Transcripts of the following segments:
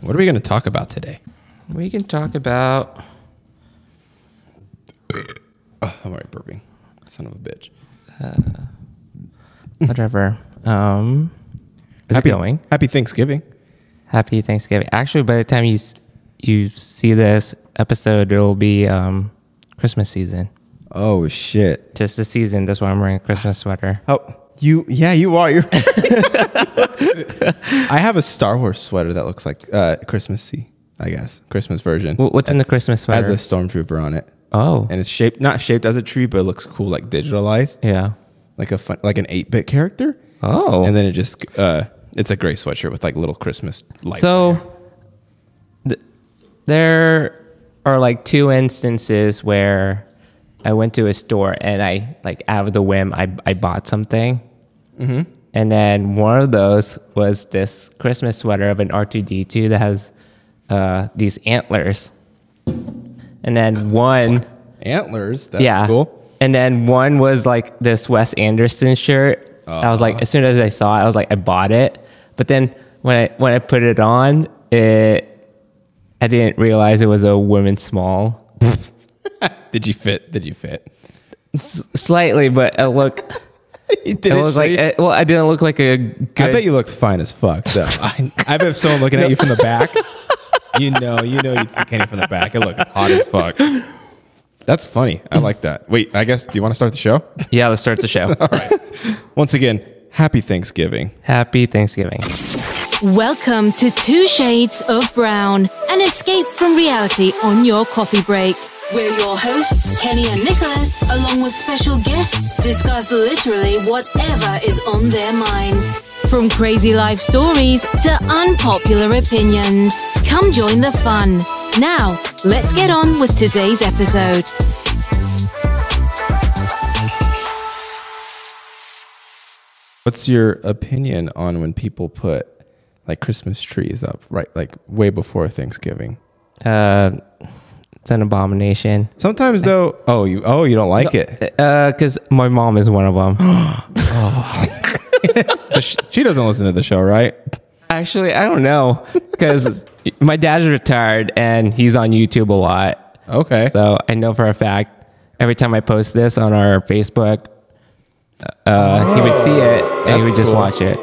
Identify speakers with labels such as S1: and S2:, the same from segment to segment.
S1: What are we going to talk about today?
S2: We can talk about.
S1: Oh, I'm already burping. Son of a bitch.
S2: whatever. Um, is it going?
S1: Happy Thanksgiving.
S2: Happy Thanksgiving. Actually, by the time you s- you see this episode, it'll be um, Christmas season.
S1: Oh shit.
S2: Just the season. That's why I'm wearing a Christmas sweater.
S1: Oh, you? Yeah, you are. You're. I have a Star Wars sweater that looks like uh, Christmassy. I guess Christmas version.
S2: Wh- What's in the Christmas
S1: has a
S2: sweater?
S1: stormtrooper on it,
S2: oh,
S1: and it's shaped not shaped as a tree, but it looks cool, like digitalized,
S2: yeah.
S1: like a fun, like an eight bit character.
S2: Oh,
S1: And then it just uh, it's a gray sweatshirt with like little Christmas lights.
S2: so th- there are like two instances where I went to a store and I like out of the whim I I bought something, and then one of those was this Christmas sweater of an R two D two that has uh, these antlers, and then one
S1: antlers. That's
S2: yeah
S1: cool.
S2: and then one was like this Wes Anderson shirt. I
S1: Uh-huh.
S2: was like, as soon as I saw it, I was like, I bought it. But then when I when I put it on, it I didn't realize it was a women's small.
S1: Did you fit? Did you fit?
S2: S- slightly, but it looked
S1: It
S2: it
S1: didn't
S2: looked
S1: show
S2: like
S1: you-
S2: it, well, I didn't look like a good.
S1: I bet you looked fine as fuck. So I, I bet if someone looking at you from the back, you know, you know, you took Kenny from the back. It looked hot as fuck. That's funny. I like that. Wait, I guess. Do you want to start the show?
S2: yeah, let's start the show.
S1: Once again, happy Thanksgiving.
S2: Happy Thanksgiving.
S3: Welcome to Two Shades of Brown, an escape from reality on your coffee break. We're your hosts, Kenny and Nicholas, along with special guests, discuss literally whatever is on their minds. From crazy life stories to unpopular opinions. Come join the fun. Now, let's get on with today's episode.
S1: What's your opinion on when people put like Christmas trees up, right? Like way before Thanksgiving.
S2: Uh, it's an abomination.
S1: Sometimes though, oh you oh you don't like it.
S2: Uh, cause my mom is one of them.
S1: But sh- she doesn't listen to the show, right?
S2: Actually, I don't know, cause my dad's retired and he's on YouTube a lot.
S1: Okay.
S2: So I know for a fact every time I post this on our Facebook, uh, he would see it and
S1: That's
S2: he would just
S1: cool.
S2: watch it.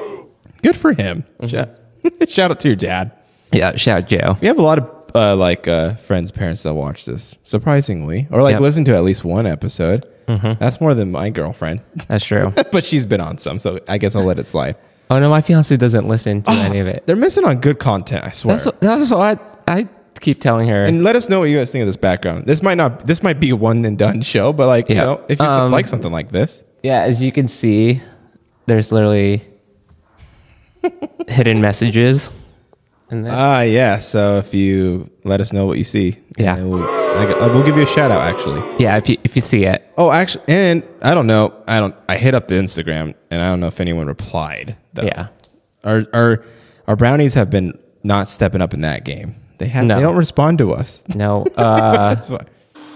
S1: Good for him. Shout, shout out to your dad.
S2: Yeah, shout out Joe.
S1: We have a lot of uh, like uh, friends, parents that watch this, surprisingly, or like
S2: Yep. Mm-hmm.
S1: listen to at least one episode. That's more than my girlfriend,
S2: That's true.
S1: but she's been on some, so I guess I'll let it slide.
S2: oh no, my fiance doesn't listen to any of it.
S1: They're missing on good content, I swear.
S2: That's what, that's what I, I keep telling her.
S1: and let us know what you guys think of this background. This might not, this might be a one and done show, but like you
S2: Yeah.
S1: know, if you
S2: Um,
S1: like something like this,
S2: yeah, as you can see, there's literally hidden messages. And then,
S1: ah, yeah. So if you let us know what you see,
S2: Yeah.
S1: and we'll, I gu- we'll give you a shout out actually.
S2: yeah, if you if you see it,
S1: Oh, actually, and I don't know. I don't. I hit up the Instagram, and I don't know if anyone replied. Though.
S2: Yeah.
S1: our our our brownies have been not stepping up in that game. They have.
S2: No.
S1: They don't respond to us.
S2: no, uh,
S1: That's why.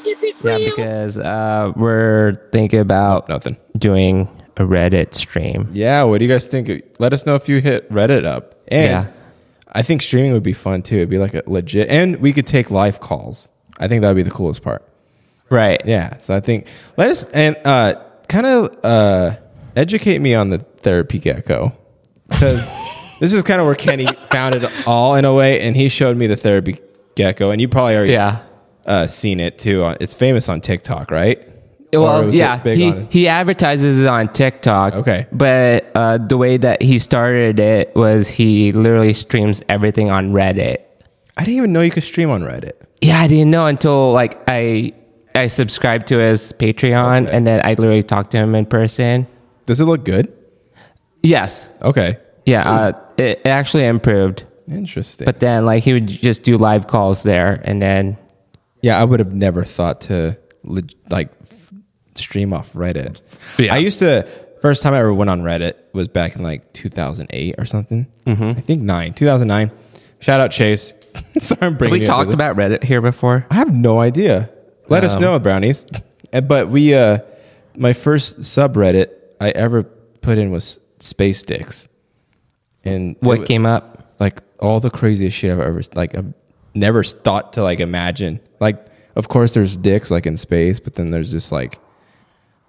S2: yeah, because uh, we're thinking about
S1: Nothing.
S2: doing a Reddit stream.
S1: Yeah. What do you guys think? Let us know if you hit Reddit up. And
S2: Yeah.
S1: I think streaming would be fun too. It'd be like a legit, and we could take live calls. I think that would be the coolest part.
S2: Right.
S1: Yeah. So I think let us and uh, kind of uh, educate me on the therapy gecko because this is kind of where Kenny found it all in a way, and he showed me the therapy gecko, and you probably already
S2: Yeah.
S1: uh, seen it too. on- It's famous on TikTok, right? Or
S2: Well,
S1: was it
S2: yeah,
S1: big
S2: he,
S1: on-
S2: he advertises it on TikTok.
S1: Okay.
S2: But uh, the way that he started it was he literally streams everything on Reddit.
S1: I didn't even know you could stream on Reddit.
S2: Yeah, I didn't know until like I I subscribed to his Patreon
S1: Okay.
S2: and then I literally talked to him in person.
S1: Does it look good?
S2: Yes.
S1: Okay,
S2: Yeah, uh, it, it actually improved.
S1: interesting.
S2: But then like he would just do live calls there and then
S1: Yeah, I would have never thought to leg- like f- stream off Reddit.
S2: Yeah.
S1: I used to first time I ever went on Reddit was back in like 2008 or something.
S2: Mm-hmm.
S1: I think nine, 2009. Shout out Chase. Sorry, I'm bringing.
S2: we
S1: you up
S2: talked
S1: with it.
S2: about Um, Reddit here before.
S1: I have no idea. Let us know, brownies. And- But we, uh, my first subreddit I ever put in was space dicks, and it
S2: What
S1: wa-
S2: came up?
S1: like all the craziest shit I've ever like I've never thought to like imagine. Like of course there's dicks like in space, but then there's just like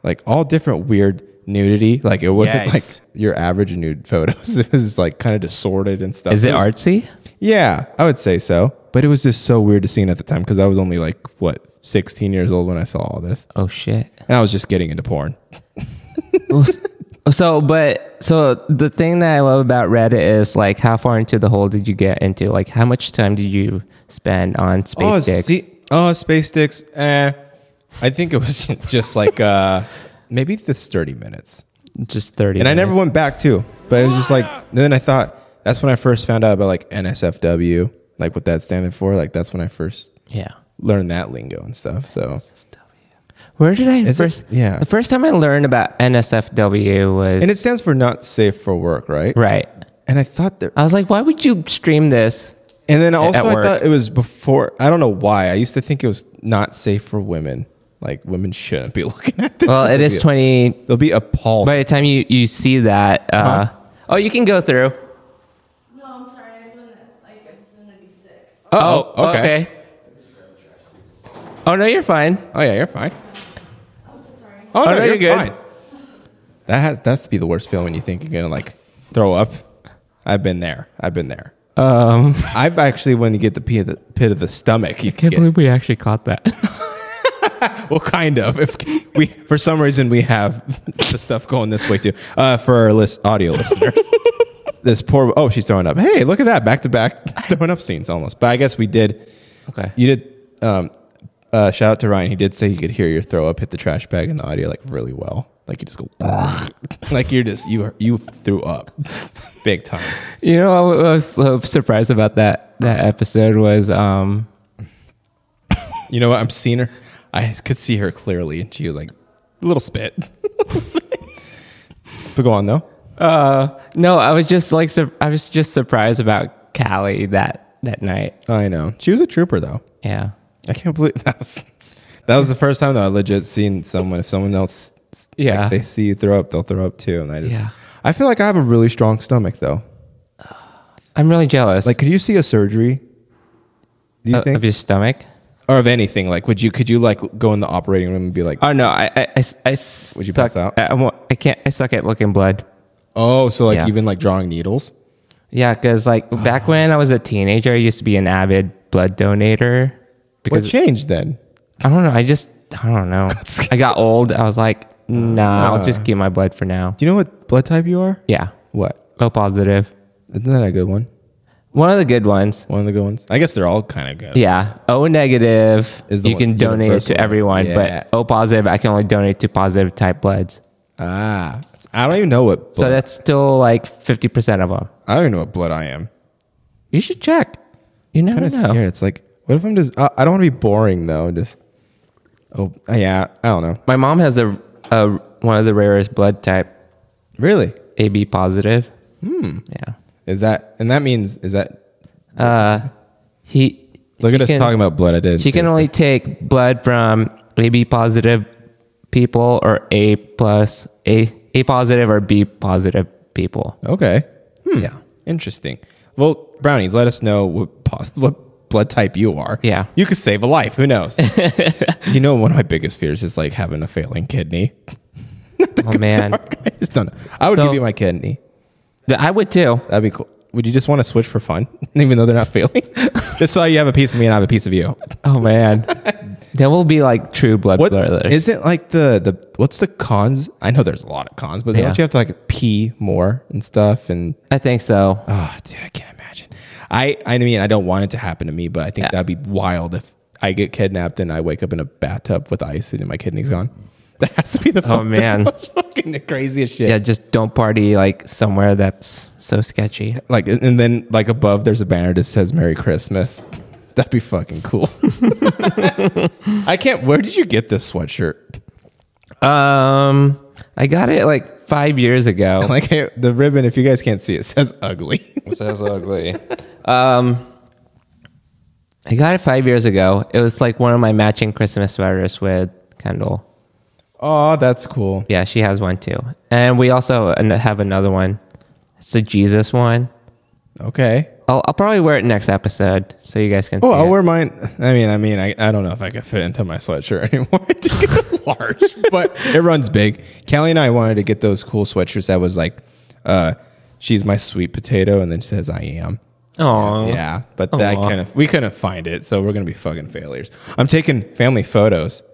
S1: like all different weird nudity. Like it wasn't
S4: Yes.
S1: like your average nude photos. It was like kind of distorted and stuff.
S2: Is it
S1: was-
S2: artsy?
S1: Yeah, I would say so. But it was just so weird to see at the time because I was only like what 16 years old when I saw all this,
S2: Oh shit.
S1: and I was just getting into porn.
S2: So, but so the thing that I love about Reddit is like, how far into the hole did you get into? Like, how much time did you spend on space
S1: oh,
S2: dicks?
S1: see- oh, space dicks. Eh, I think it was just like uh, maybe this 30 minutes.
S2: Just thirty.
S1: And I
S2: minutes.
S1: never went back too. But it was just like then I thought that's when I first found out about like NSFW, like what that standing for. Like that's when I first
S2: Yeah.
S1: learned that lingo and stuff. So
S2: Where did I
S1: Is it-
S2: first?
S1: yeah.
S2: The first time I learned about NSFW was
S1: and it stands for not safe for work, right?
S2: right.
S1: And I thought that
S2: I was like, why would you stream this?
S1: and then also
S2: at
S1: I
S2: work.
S1: thought it was before I don't know why. I used to think it was not safe for women. Like women shouldn't be looking at this.
S2: Well, it
S1: They'll
S2: is
S1: be-
S2: twenty.
S1: They'll be appalled.
S2: By the time you you see that, uh,
S1: Huh?
S2: oh, you can go through.
S5: No, I'm sorry. I wouldn't. Like, I'm just gonna be sick.
S1: Oh,
S2: okay. Oh no, you're fine.
S1: Oh yeah, you're fine.
S5: I'm so sorry.
S1: Oh, no,
S2: no,
S1: you're,
S2: you're good.
S1: fine. That has that's to be the worst feeling when you think you're gonna like throw up. I've been there. I've been there.
S2: Um,
S1: I've actually when you get the pit of the, pit of the stomach, you
S2: can't
S1: get,
S2: believe we actually caught that.
S1: well, kind of. If we for some reason we have the stuff going this way too. Uh, for our list audio listeners, this poor oh she's throwing up. Hey, look at that back to back throwing up scenes almost. But I guess we did.
S2: okay.
S1: You did. Um, uh, shout out to Ryan. He did say you could hear your throw up hit the trash bag in the audio like really well. Like you just go, like you're just you you threw up big time.
S2: You know, what I was so surprised about that that episode was um
S1: You know what? I'm seeing her. I could see her clearly, and she was like a little spit. but go on though.
S2: uh no, I was just like sur- I was just surprised about Callie that that night.
S1: I know she was a trooper though.
S2: Yeah.
S1: I can't believe that was that was the first time that I legit seen someone. If someone else,
S2: Yeah.
S1: they see you throw up, they'll throw up too. And I just,
S2: Yeah.
S1: I feel like I have a really strong stomach though.
S2: I'm really jealous.
S1: Like, could you see a surgery? Do you
S2: of,
S1: think,
S2: of your stomach?
S1: or of anything? Like, would you? Could you like go in the operating room and be like,
S2: Oh no, I I I, I
S1: Would you
S2: suck-
S1: pass out?
S2: I, I won't- I can't I suck at looking blood.
S1: oh, so like
S2: Yeah.
S1: even like drawing needles?
S2: Yeah, cuz like back when I was a teenager, I used to be an avid blood donator
S1: What
S2: because
S1: changed then?
S2: I don't know, I just I don't know. I got old. I was like, nah,
S1: Uh.
S2: I'll just keep my blood for now.
S1: Do you know what blood type you are?
S2: Yeah.
S1: What?
S2: O positive.
S1: Isn't that a good one?
S2: One of the good ones.
S1: One of the good ones. I guess they're all kind of good.
S2: Yeah. O negative,
S1: Is the
S2: you
S1: one-
S2: can donate it
S1: universal
S2: to
S1: one.
S2: everyone,
S1: Yeah.
S2: but O positive, I can only donate to positive type bloods.
S1: Ah, I don't even know what.
S2: So
S1: Blood,
S2: that's still like 50% of them.
S1: I don't even know what blood I am.
S2: You should check. You never
S1: kind
S2: know.
S1: of scared. It's like, what if I'm just? I I don't want to be boring though. and Just oh yeah, I don't know.
S2: My mom has a, a one of the rarest blood type,
S1: Really,
S2: AB positive. Hmm. Yeah.
S1: is that? And that means is that?
S2: He
S1: Look
S2: he
S1: at us
S2: can-
S1: talking about blood. I did.
S2: She can only take blood from AB positive people or A plus A A positive or B positive people.
S1: Okay. Hmm.
S2: Yeah.
S1: Interesting. Well, brownies, let us know what pos- what blood type you are.
S2: Yeah.
S1: You could save a life. Who knows? you know, one of my biggest fears is like having a failing kidney.
S2: Oh man.
S1: I just don't know. I would
S2: So-
S1: give you my kidney.
S2: I would too.
S1: That'd be cool. Would you just want to switch for fun, even though they're not failing? just so you have a piece of me and I have a piece of you.
S2: Oh man, that will be like true blood
S1: What
S2: brothers.
S1: isn't like the the what's the cons? I know there's a lot of cons, but
S2: Yeah.
S1: don't you have to like pee more and stuff? And
S2: I think so.
S1: oh, dude, I can't imagine. I I mean, I don't want it to happen to me, but I think
S2: Yeah.
S1: that'd be wild if I get kidnapped and I wake up in a bathtub with ice and my kidney's gone. That has to be the fucking-
S2: Oh, man.
S1: that's fucking the craziest shit.
S2: Yeah, just don't party like somewhere that's so sketchy.
S1: Like and then like above there's a banner that says Merry Christmas. That'd be fucking cool. I can't. Where did you get this sweatshirt?
S2: Um, I got it like five years ago.
S1: Like hey, the ribbon. If you guys can't see, it says ugly.
S2: Sounds ugly. Um, I got it five years ago. It was like one of my matching Christmas sweaters with Kendall.
S1: Oh, that's cool.
S2: Yeah, she has one too, and we also an- have another one. It's the Jesus one.
S1: Okay.
S2: I'll, I'll probably wear it next episode so you guys can.
S1: Oh,
S2: see
S1: I'll
S2: it.
S1: wear mine. I mean, I mean, I, I don't know if I could fit into my sweatshirt anymore. I think it's large, but it runs big. Callie and I wanted to get those cool sweatshirts that was like, uh, she's my sweet potato, and then says I am.
S2: Aw.
S1: Yeah, but that
S2: Aw.
S1: kind of we couldn't find it, so we're gonna be fucking failures. I'm taking family photos,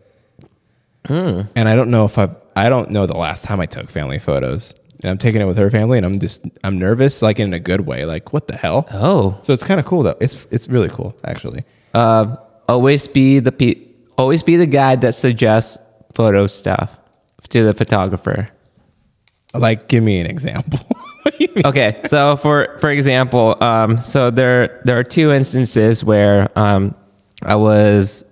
S2: Hmm.
S1: and I don't know if I I don't know the last time I took family photos, and I'm taking it with her family, and I'm just I'm nervous, like in a good way, like what the hell.
S2: Oh.
S1: So it's kind of cool though. It's it's really cool actually.
S2: Uh, always be the pe- always be the guy that suggests photo stuff to the photographer.
S1: Like, give me an example. what do you mean?
S2: okay so for for example um so there there are two instances where um i was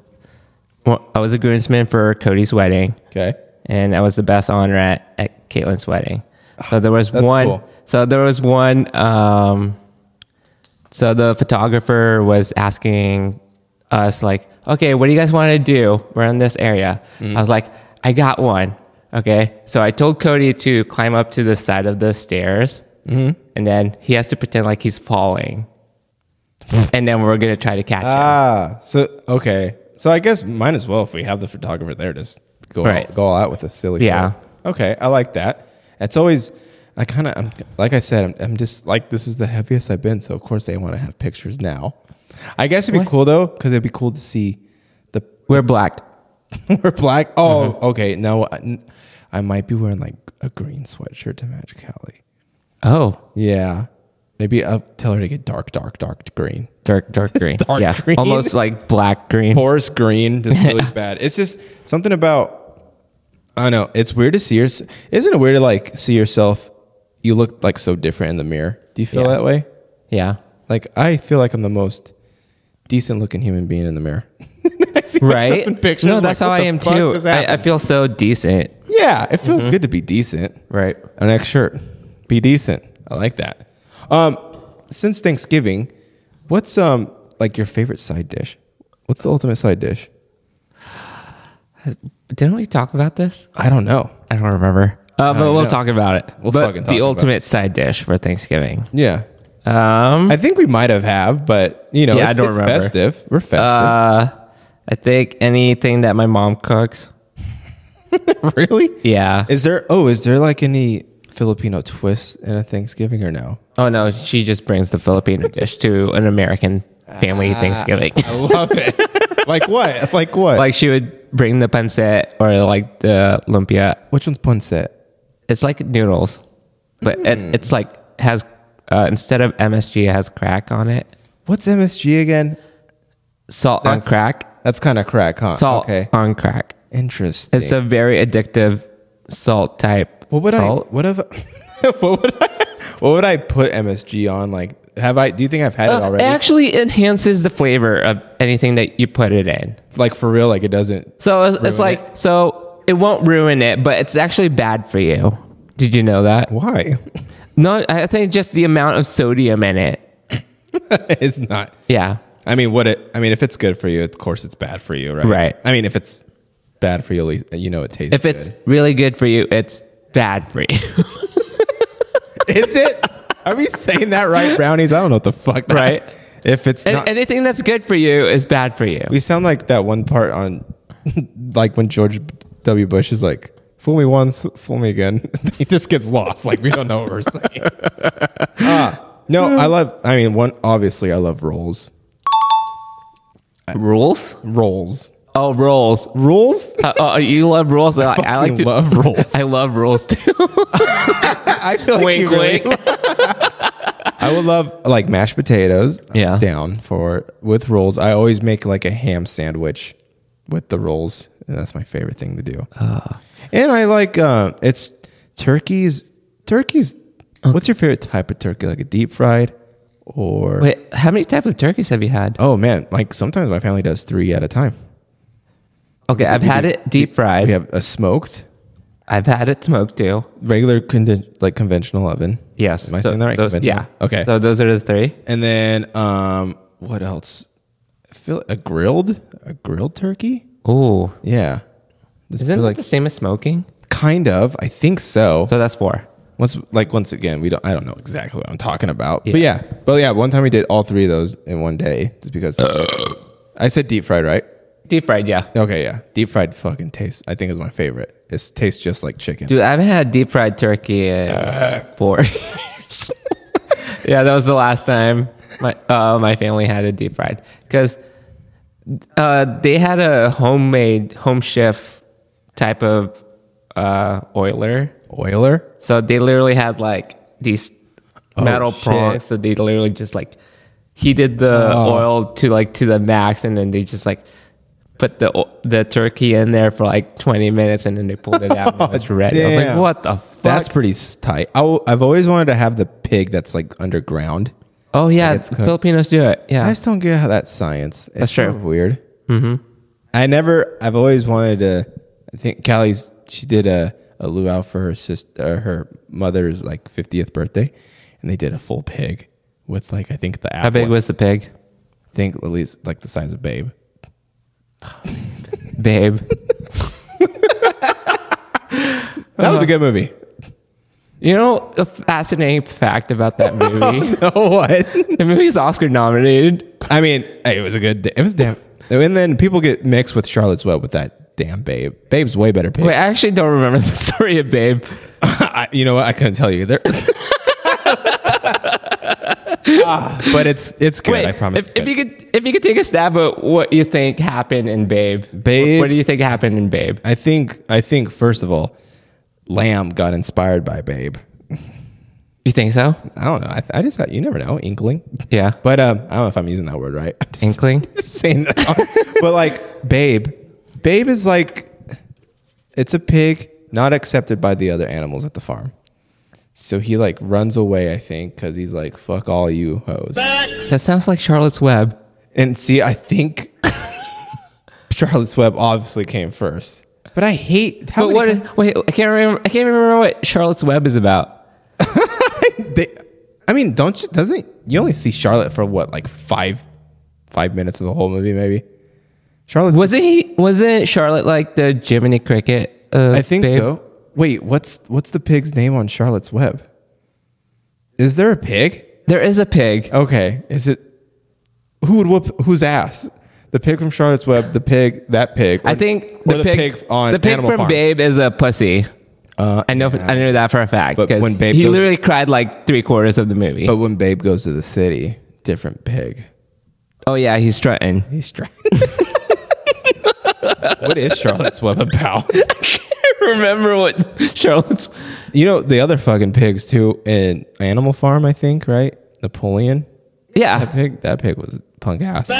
S2: well, i was a groomsman for cody's wedding
S1: Okay.
S2: and i was the best honor at, at caitlin's wedding so there was
S1: That's
S2: one
S1: cool.
S2: so there was one um so the photographer was asking us like, okay, what do you guys want to do? We're in this area.
S1: Mm-hmm.
S2: I was like, I got one. Okay. So I told Cody to climb up to the side of the stairs
S1: Mm-hmm.
S2: and then he has to pretend like he's falling. and then we're going to try to catch him.
S1: Ah, so okay. So I guess might as well if we have the photographer there, just go
S2: Right.
S1: all, go all out with a silly.
S2: Yeah.
S1: photo. Okay, I like that. It's always. I kind of, I'm, like I said, I'm, I'm just like this is the heaviest I've been, so of course they want to have pictures now. I guess it'd be
S2: What?
S1: cool though, because it'd be cool to see the
S2: We're black.
S1: we're black. Oh,
S2: Mm-hmm.
S1: okay. No, I, I might be wearing like a green sweatshirt to match Callie.
S2: Oh,
S1: Yeah. Maybe I'll tell her to get dark, dark, dark green.
S2: dark, dark green.
S1: dark
S2: yeah.
S1: green.
S2: Almost like black green.
S1: Porous green. That's really bad. It's just something about, I don't know. It's weird to see your, isn't it weird to like see yourself? You look like so different in the mirror. Do you feel
S2: Yeah.
S1: that way?
S2: Yeah.
S1: Like, I feel like I'm the most decent looking human being in the mirror. I see myself
S2: Right.
S1: in pictures,
S2: No,
S1: I'm
S2: that's
S1: like,
S2: how
S1: what
S2: I
S1: the
S2: am
S1: fuck
S2: too.
S1: just
S2: I, I
S1: happened?
S2: feel so decent.
S1: Yeah, it feels
S2: Mm-hmm.
S1: good to be decent.
S2: Right.
S1: Our next shirt, be decent. I like that. Um, since Thanksgiving, what's um like your favorite side dish? What's the ultimate side dish?
S2: Didn't we talk about this?
S1: I don't know.
S2: I don't remember. Uh, but
S1: don't
S2: we'll
S1: know.
S2: talk about it.
S1: We'll
S2: but
S1: fucking talk
S2: the
S1: about
S2: ultimate side dish for Thanksgiving.
S1: Yeah,
S2: Um,
S1: I think we might have have, but you know,
S2: Yeah, I
S1: it's,
S2: don't
S1: it's
S2: remember.
S1: festive. We're festive.
S2: uh, I think anything that my mom cooks.
S1: really?
S2: Yeah.
S1: Is there? Oh, is there like any Filipino twist in a Thanksgiving or no?
S2: Oh no, she just brings the Filipino dish to an American family Thanksgiving.
S1: I love it. like what? Like what?
S2: like she would bring the pancit or like the lumpia.
S1: which one's pancit?
S2: It's like noodles, but it, it's like has uh, instead of MSG, it has crack on it.
S1: What's MSG again?
S2: Salt on
S1: That's-
S2: crack.
S1: That's kind of crack, huh?
S2: Salt
S1: Okay.
S2: on crack.
S1: Interesting.
S2: It's a very addictive salt type.
S1: What would
S2: salt.
S1: I? What if? what would I? What would I put MSG on? Like, have I? Do you think I've had it
S2: Uh,
S1: already?
S2: It actually enhances the flavor of anything that you put it in.
S1: like for real? Like it doesn't.
S2: So it's,
S1: Ruin
S2: it's like so it won't ruin it, but it's actually bad for you. Did you know that?
S1: Why?
S2: No, I think just the amount of sodium in it.
S1: it's not.
S2: Yeah.
S1: I mean, what it? I mean, if it's good for you, of course it's bad for you, right?
S2: Right.
S1: I mean, if it's bad for you, at least you know it tastes.
S2: If it's
S1: good.
S2: really good for you, it's bad for you.
S1: is it? Are we saying that right, brownies? I don't know what the fuck. That,
S2: Right.
S1: If it's
S2: And
S1: not,
S2: anything that's good for you is bad for you.
S1: we sound like that one part on, like when George W. Bush is like, "Fool me once, fool me again." he just gets lost. Like we don't know what we're saying. Ah, no, I love. I mean, one obviously, I love rolls.
S2: Rules?
S1: Uh, Rolls.
S2: Oh, rules.
S1: Rolls.
S2: Uh, oh, you love rules. I, I like to.
S1: love rolls.
S2: I love rules too.
S1: I feel like
S2: wink,
S1: you really
S2: wink.
S1: I would love like mashed potatoes. I'm
S2: Yeah.
S1: Down for with rolls. I always make like a ham sandwich with the rolls. And that's my favorite thing to do.
S2: Ah.
S1: and I like uh, it's turkeys. Turkeys. What's your favorite type of turkey? Like a deep fried or
S2: Wait, how many types of turkeys have you had?
S1: oh man, like sometimes my family does three at a time.
S2: Okay, I've had it deep fried.
S1: We have a smoked,
S2: I've had it smoked too.
S1: regular condi- like conventional oven.
S2: Yes.
S1: Am I
S2: So
S1: saying that right?
S2: Those,
S1: Conventional?
S2: yeah.
S1: Okay.
S2: So those are the three.
S1: And then um what else? Feel a grilled a grilled turkey?
S2: Ooh.
S1: Yeah. Does it feel
S2: Isn't that
S1: like
S2: the same as smoking?
S1: kind of? I think so.
S2: So that's four.
S1: Once, like once again, we don't. I don't know exactly what I'm talking about,
S2: Yeah.
S1: but yeah, but yeah. One time we did all three of those in one day, just because. I said deep fried, right?
S2: Deep fried, yeah.
S1: Okay, yeah. Deep fried fucking tastes. I think is my favorite. It tastes just like chicken.
S2: Dude, I haven't had deep fried turkey in
S1: Uh.
S2: four years. yeah, that was the last time my uh, my family had a deep fried because uh, they had a homemade home chef type of uh, oiler.
S1: Oiler.
S2: So they literally had like these metal
S1: Oh, shit.
S2: prongs. So they literally just like heated the
S1: Oh.
S2: oil to like to the max, and then they just like put the o- the turkey in there for like 20 minutes, and then they pulled it out and it was ready. I was like,
S1: Oh, Damn.
S2: what the fuck?
S1: That's pretty s- tight. i w- I've always wanted to have the pig that's like underground.
S2: oh yeah,
S1: it's cooked.
S2: Filipinos do it. Yeah,
S1: I just don't get how that's science. It's
S2: That's true.
S1: so weird. Mm-hmm. I never. I've always wanted to. I think Callie's. She did a a luau for her sister, her mother's like fiftieth birthday, and they did a full pig with like I think the.
S2: how big was the pig,
S1: I think at least like the size of Babe.
S2: babe?
S1: That was a good movie.
S2: you know, a fascinating fact about that movie.
S1: No what?
S2: the movie's Oscar nominated.
S1: I mean, hey, it was a good. It was damn. And then people get mixed with Charlotte's Web with that damn Babe. Babe's way better pig.
S2: Wait, I actually don't remember the story of Babe.
S1: I, you know what? I couldn't tell you either. Ah, but it's it's good.
S2: Wait,
S1: I promise.
S2: If, if you could, if you could take a stab at what you think happened in Babe,
S1: Babe-
S2: what, what do you think happened in Babe?
S1: I think I think first of all, Lamb got inspired by Babe.
S2: You think so?
S1: I don't know. I, I just thought you never know. Inkling.
S2: Yeah.
S1: But um, I don't know if I'm using that word right. I'm just
S2: Inkling?
S1: saying that. wrong. but like Babe, Babe is like, it's a pig not accepted by the other animals at the farm. So he like runs away, I think, because he's like, "Fuck all you hoes."
S2: That sounds like Charlotte's Web.
S1: And see, I think Charlotte's Web obviously came first. But I hate how many
S2: But what?
S1: times-
S2: Is, wait, I can't remember. I can't remember what Charlotte's Web is about.
S1: they, I mean, don't you doesn't you only see Charlotte for what like 5 5 minutes of the whole movie maybe? Charlotte
S2: Wasn't he? Wasn't Charlotte like the Jiminy Cricket? Uh,
S1: I think
S2: babe?
S1: so. Wait, what's what's the pig's name on Charlotte's Web? Is there a pig?
S2: There is a pig.
S1: Okay, is it who would whoop whose ass? The pig from Charlotte's Web, the pig, that pig.
S2: I
S1: or-
S2: think
S1: or the pig, on
S2: the pig
S1: Animal
S2: from
S1: Farm.
S2: Babe is a pussy.
S1: Uh,
S2: I know. I know that for a fact.
S1: But
S2: 'cause
S1: when Babe
S2: he
S1: goes- Oh.
S2: literally cried like three quarters of the movie.
S1: But when Babe goes to the city, different pig.
S2: oh yeah, he's strutting.
S1: He's trying. what is Charlotte's Web about?
S2: remember what Charlotte's.
S1: You know the other fucking pigs too in Animal Farm, I think, right? Napoleon
S2: Yeah.
S1: pig. That pig was punk ass.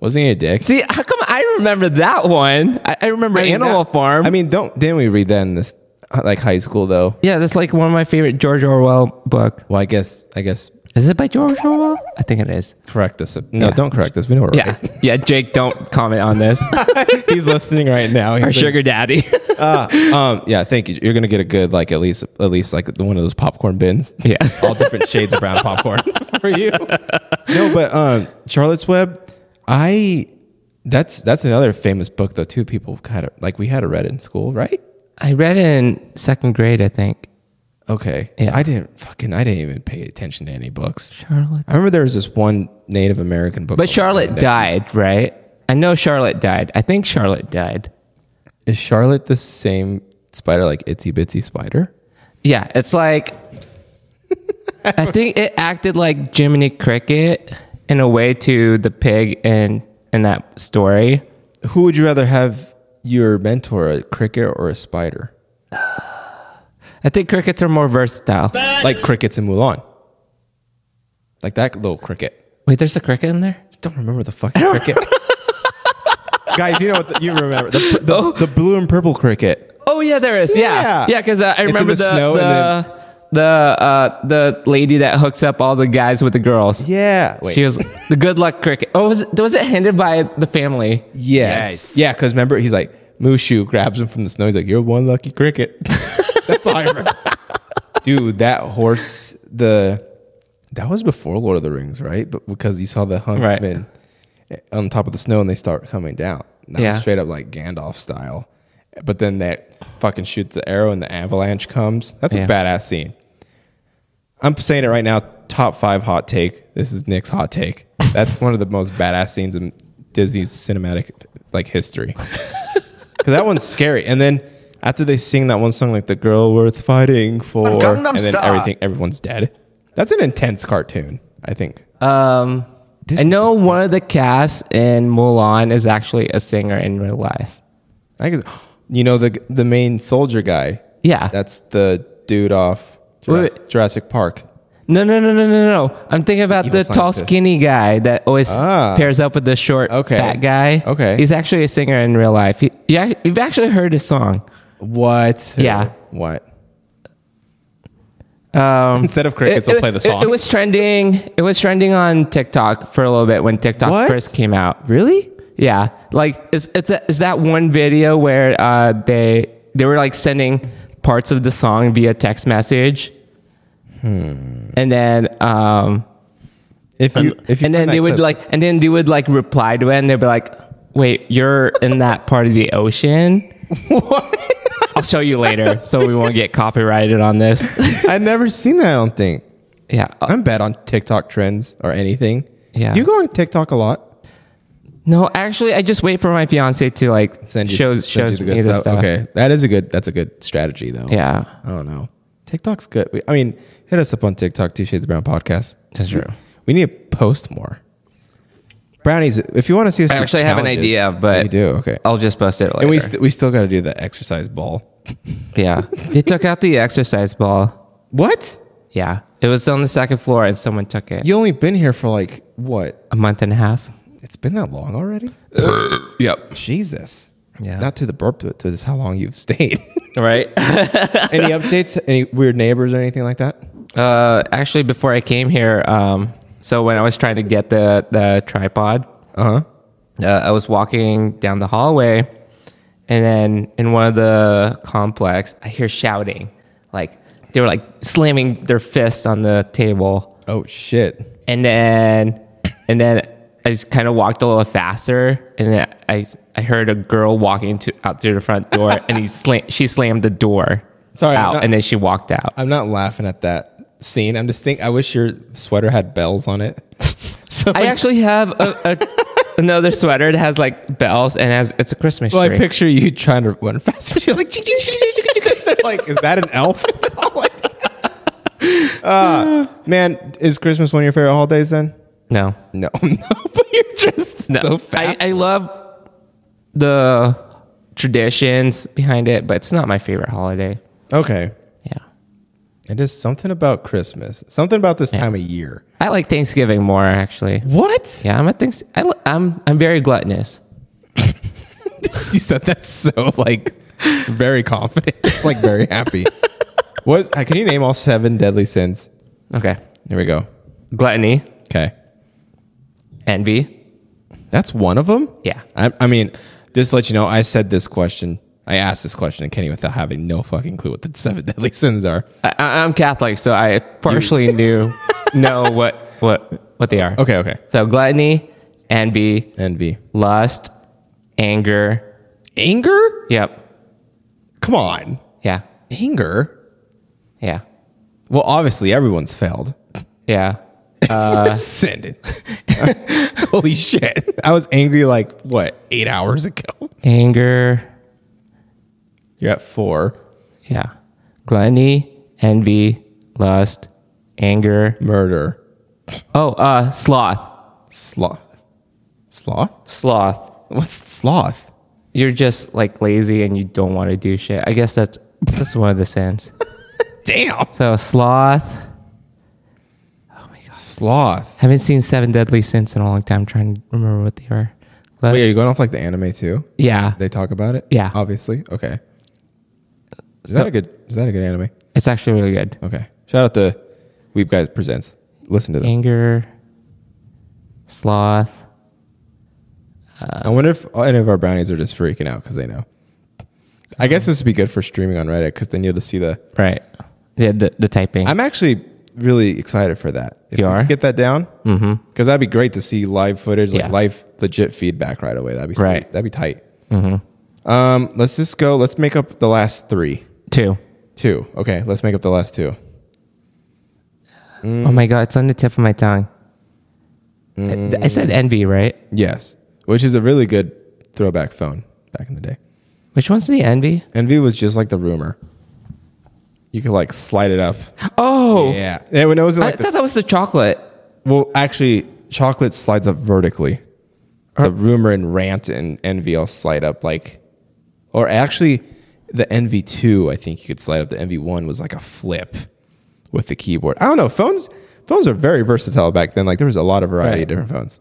S1: Wasn't he a dick?
S2: See, how come I remember that one? I, I remember
S1: I mean,
S2: Animal
S1: that-
S2: Farm.
S1: I mean, don't didn't we read that in this uh, like high school though?
S2: yeah, that's like one of my favorite George Orwell book.
S1: Well, I guess I guess
S2: Is it by George Orwell? I think it is.
S1: correct us. No,
S2: Yeah.
S1: don't correct us. We know we're
S2: Yeah, yeah. Jake, don't comment on this.
S1: right. He's listening right now. He's
S2: Our
S1: like,
S2: sugar daddy.
S1: uh, um, yeah, thank you. You're gonna get a good like at least at least like the, one of those popcorn bins.
S2: Yeah.
S1: all different shades of brown popcorn for you. No, but um, Charlotte's Web, I that's that's another famous book though too. People kind of like we had it read in school, right?
S2: I read it in second grade, I think.
S1: Okay,
S2: Yeah.
S1: I didn't fucking I didn't even pay attention to any books.
S2: Charlotte.
S1: I remember there was this one Native American book,
S2: But
S1: called
S2: Charlotte
S1: Bandit.
S2: died, right? I know Charlotte died. I think Charlotte died.
S1: Is Charlotte the same spider like Itsy Bitsy Spider?
S2: Yeah, it's like I think it acted like Jiminy Cricket in a way to the pig in in that story.
S1: Who would you rather have your mentor, a cricket or a spider?
S2: I think crickets are more versatile.
S1: Like crickets in Mulan, like that little cricket.
S2: Wait, there's a cricket in there?
S1: don't remember the fucking cricket. Guys, you know what the, you remember the, pr- the, the blue and purple cricket.
S2: Oh yeah, there is.
S1: Yeah.
S2: Yeah. Yeah, cuz uh, I
S1: in
S2: remember
S1: the
S2: the
S1: snow
S2: the,
S1: and then-
S2: the uh the lady that hooks up all the guys with the girls.
S1: Yeah. Wait.
S2: She was the good luck cricket. Oh, was it, was it handed by the family?
S1: yes.
S4: Yes.
S1: Yeah, because remember he's like Mushu grabs him from the snow. He's like, "You're one lucky cricket." That's all I remember. Dude, that horse. The that was before Lord of the Rings, right? But because you saw the huntsman on top of the snow and they start coming down. That
S2: Yeah.
S1: was straight up like Gandalf style. but then that fucking shoots the arrow and the avalanche comes. That's
S2: Yeah.
S1: a badass scene. I'm saying it right now. Top five hot take. This is Nick's hot take. That's one of the most badass scenes in Disney's cinematic like history. Because that one's scary. And then after they sing that one song, like the girl worth fighting for, and
S4: Gangnam
S1: then
S4: Style.
S1: everything, everyone's dead. That's an intense cartoon. I think.
S2: Um, I know one of the cast in Mulan is actually a singer in real life.
S1: I guess, you know the the main soldier guy.
S2: Yeah.
S1: That's the dude off
S2: Wait, wait.
S1: Jurassic, Jurassic Park.
S2: No, no, no, no, no, no. I'm thinking about
S1: Evil
S2: the tall,
S1: scientist.
S2: skinny guy that always
S1: Ah.
S2: pairs up with the short,
S1: Okay.
S2: fat guy.
S1: Okay.
S2: He's actually a singer in real life. He, you, ac- you've actually heard his song.
S1: What?
S2: Yeah.
S1: What?
S2: Um,
S1: Instead of crickets,
S2: it-
S1: we'll
S2: it-
S1: play the
S2: it-
S1: song.
S2: It, was trending. It was trending on TikTok for a little bit when TikTok
S1: What?
S2: first came out.
S1: Really?
S2: Yeah, like it's it's, that it's that one video where uh, they they were like sending parts of the song via text message,
S1: Hmm.
S2: and then um,
S1: If you if you find
S2: and then
S1: that
S2: they would
S1: clip-
S2: like and then they would like reply to it, and they'd be like, "Wait, you're in that part of the ocean." I'll show you later, so we won't get copyrighted on this.
S1: I've never seen that. I don't think.
S2: yeah, uh,
S1: I'm bad on TikTok trends or anything.
S2: Yeah.
S1: Do you go on TikTok a lot?
S2: no, actually, I just wait for my fiance to like
S1: Send you
S2: shows
S1: send you
S2: shows me the stuff.
S1: Okay, that is a good. That's a good strategy though.
S2: Yeah,
S1: I don't know. TikTok's good. We, I mean, hit us up on TikTok, Two Shades Brown Podcast.
S2: that's true.
S1: We need to post more. Brownies, if you want to see us,
S2: I
S1: do
S2: actually have an
S1: challenges-
S2: idea, but
S1: we do okay.
S2: I'll just post it later.
S1: and we st- we still got to do the exercise ball.
S2: yeah, they took out the exercise ball.
S1: What?
S2: Yeah, it was on the second floor, and someone took it
S1: You only been here for like what?
S2: a month and a half.
S1: It's been that long already.
S2: Yep.
S1: Jesus.
S2: Yeah.
S1: Not to the burp, but to this how long you've stayed.
S2: Right.
S1: any updates? Any weird neighbors or anything like that?
S2: uh, actually, before I came here, um, so when I was trying to get the the tripod,
S1: Uh huh.
S2: uh, I was walking down the hallway, and then in one of the complex, I hear shouting, like they were like slamming their fists on the table.
S1: Oh shit.
S2: and then and then I just kind of walked a little faster, and then I I heard a girl walking to, out through the front door, and he slam, she slammed the door
S1: Sorry, I'm
S2: out,
S1: not-
S2: and then she walked out.
S1: I'm not laughing at that scene. I'm just think. I wish your sweater had bells on it. so
S2: I actually have a, a, another sweater that has like bells and has it's a Christmas
S1: Well, I
S2: tree.
S1: picture you trying to run faster. You're like, "Chee, chee, chee, chee, chee, chee." they're like, is that an elf? I'm like, Ah, man, is Christmas one of your favorite holidays? Then
S2: no,
S1: no, no, but you're just
S2: no,
S1: so fast.
S2: I, I love the traditions behind it, but it's not my favorite holiday.
S1: okay,
S2: Yeah,
S1: it is something about Christmas, something about this time of year.
S2: I like Thanksgiving more actually.
S1: What?
S2: Yeah, I'm a thanks. I, li- I'm I'm very gluttonous.
S1: you said that so like very confident, It's, like very happy. What? Uh, Can you name all seven deadly sins?
S2: Okay.
S1: Here we go.
S2: Gluttony,
S1: Okay,
S2: envy.
S1: that's one of them.
S2: Yeah.
S1: I, I mean, just to let you know, I said this question. I asked this question to Kenny without having no fucking clue what the seven deadly sins are.
S2: I, I- I'm Catholic, so I partially knew know what what what they are.
S1: Okay, okay.
S2: So gluttony, envy,
S1: Envy.
S2: lust, anger.
S1: Anger?
S2: Yep.
S1: Come on.
S2: Yeah.
S1: Anger?
S2: Yeah.
S1: Well, obviously, everyone's failed.
S2: Yeah.
S1: Send it. Holy shit. I was angry like, what, eight hours ago?
S2: Anger.
S1: You're at four.
S2: Yeah. Gluttony, envy, lust, anger.
S1: Murder.
S2: Oh, uh, sloth.
S1: Sloth. Sloth?
S2: Sloth.
S1: What's sloth?
S2: You're just like lazy and you don't want to do shit. I guess that's that's one of the sins.
S1: Damn.
S2: So sloth.
S1: Sloth.
S2: Haven't seen Seven Deadly Sins in a long time. Trying to remember what they are. Like-
S1: Wait, are you going off like the anime too?
S2: yeah,
S1: Oh, They talk about it?
S2: Yeah.
S1: Obviously. Okay. Is that a good is that a good anime?
S2: it's actually really good.
S1: Okay. Shout out to Weep Guys Presents. Listen to them.
S2: Anger, sloth.
S1: I wonder if any of our brownies are just freaking out because they know. I guess
S2: Oh.
S1: this would be good for streaming on Reddit because then you'll just see the.
S2: Right. Yeah, the the typing.
S1: I'm actually really excited for that. If
S2: You
S1: we
S2: are?
S1: could
S2: Mm-hmm.
S1: get that down, because that'd be great to see live footage, like
S2: Yeah.
S1: live legit feedback right away. That'd be sweet.
S2: Right. Mm-hmm.
S1: That'd be tight. Um, let's just go. Let's make up the last three.
S2: Two.
S1: Two. Okay, let's make up the last two.
S2: Oh my
S1: Mm.
S2: god, it's on the tip of my tongue. I- I,
S1: Mm.
S2: said NB, right?
S1: Yes, which is a really good throwback phone back in the day.
S2: Which one's the NB?
S1: NV was just like the rumor. You could like slide it up.
S2: Oh,
S1: Yeah. And when it was
S2: I
S1: like the-
S2: thought that was the chocolate.
S1: well, actually, chocolate slides up vertically. the rumor and rant and envy all slide up like, or actually, the NV two I think you could slide up. The NV one was like a flip with the keyboard. I don't know. Phones phones are very versatile back then. Like there was a lot of variety of
S2: Right.
S1: different phones.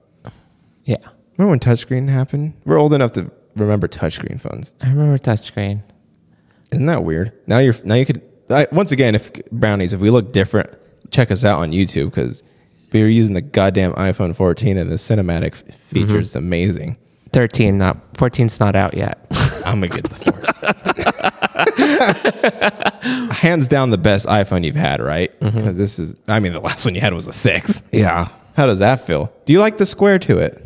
S2: Yeah,
S1: Remember when touchscreen happened? We're old enough to remember touchscreen phones.
S2: I remember touchscreen.
S1: Isn't that weird? Now you're now you could I, once again if brownies if we look different, check us out on YouTube because we were using the goddamn iPhone 14 and the cinematic f- feature is amazing.
S2: Thirteen, not 14's not out yet.
S1: I'm gonna get the 14. Hands down the best iPhone you've had, right? Because this is I mean the last one you had was a six.
S2: yeah,
S1: How does that feel? Do you like the square to it?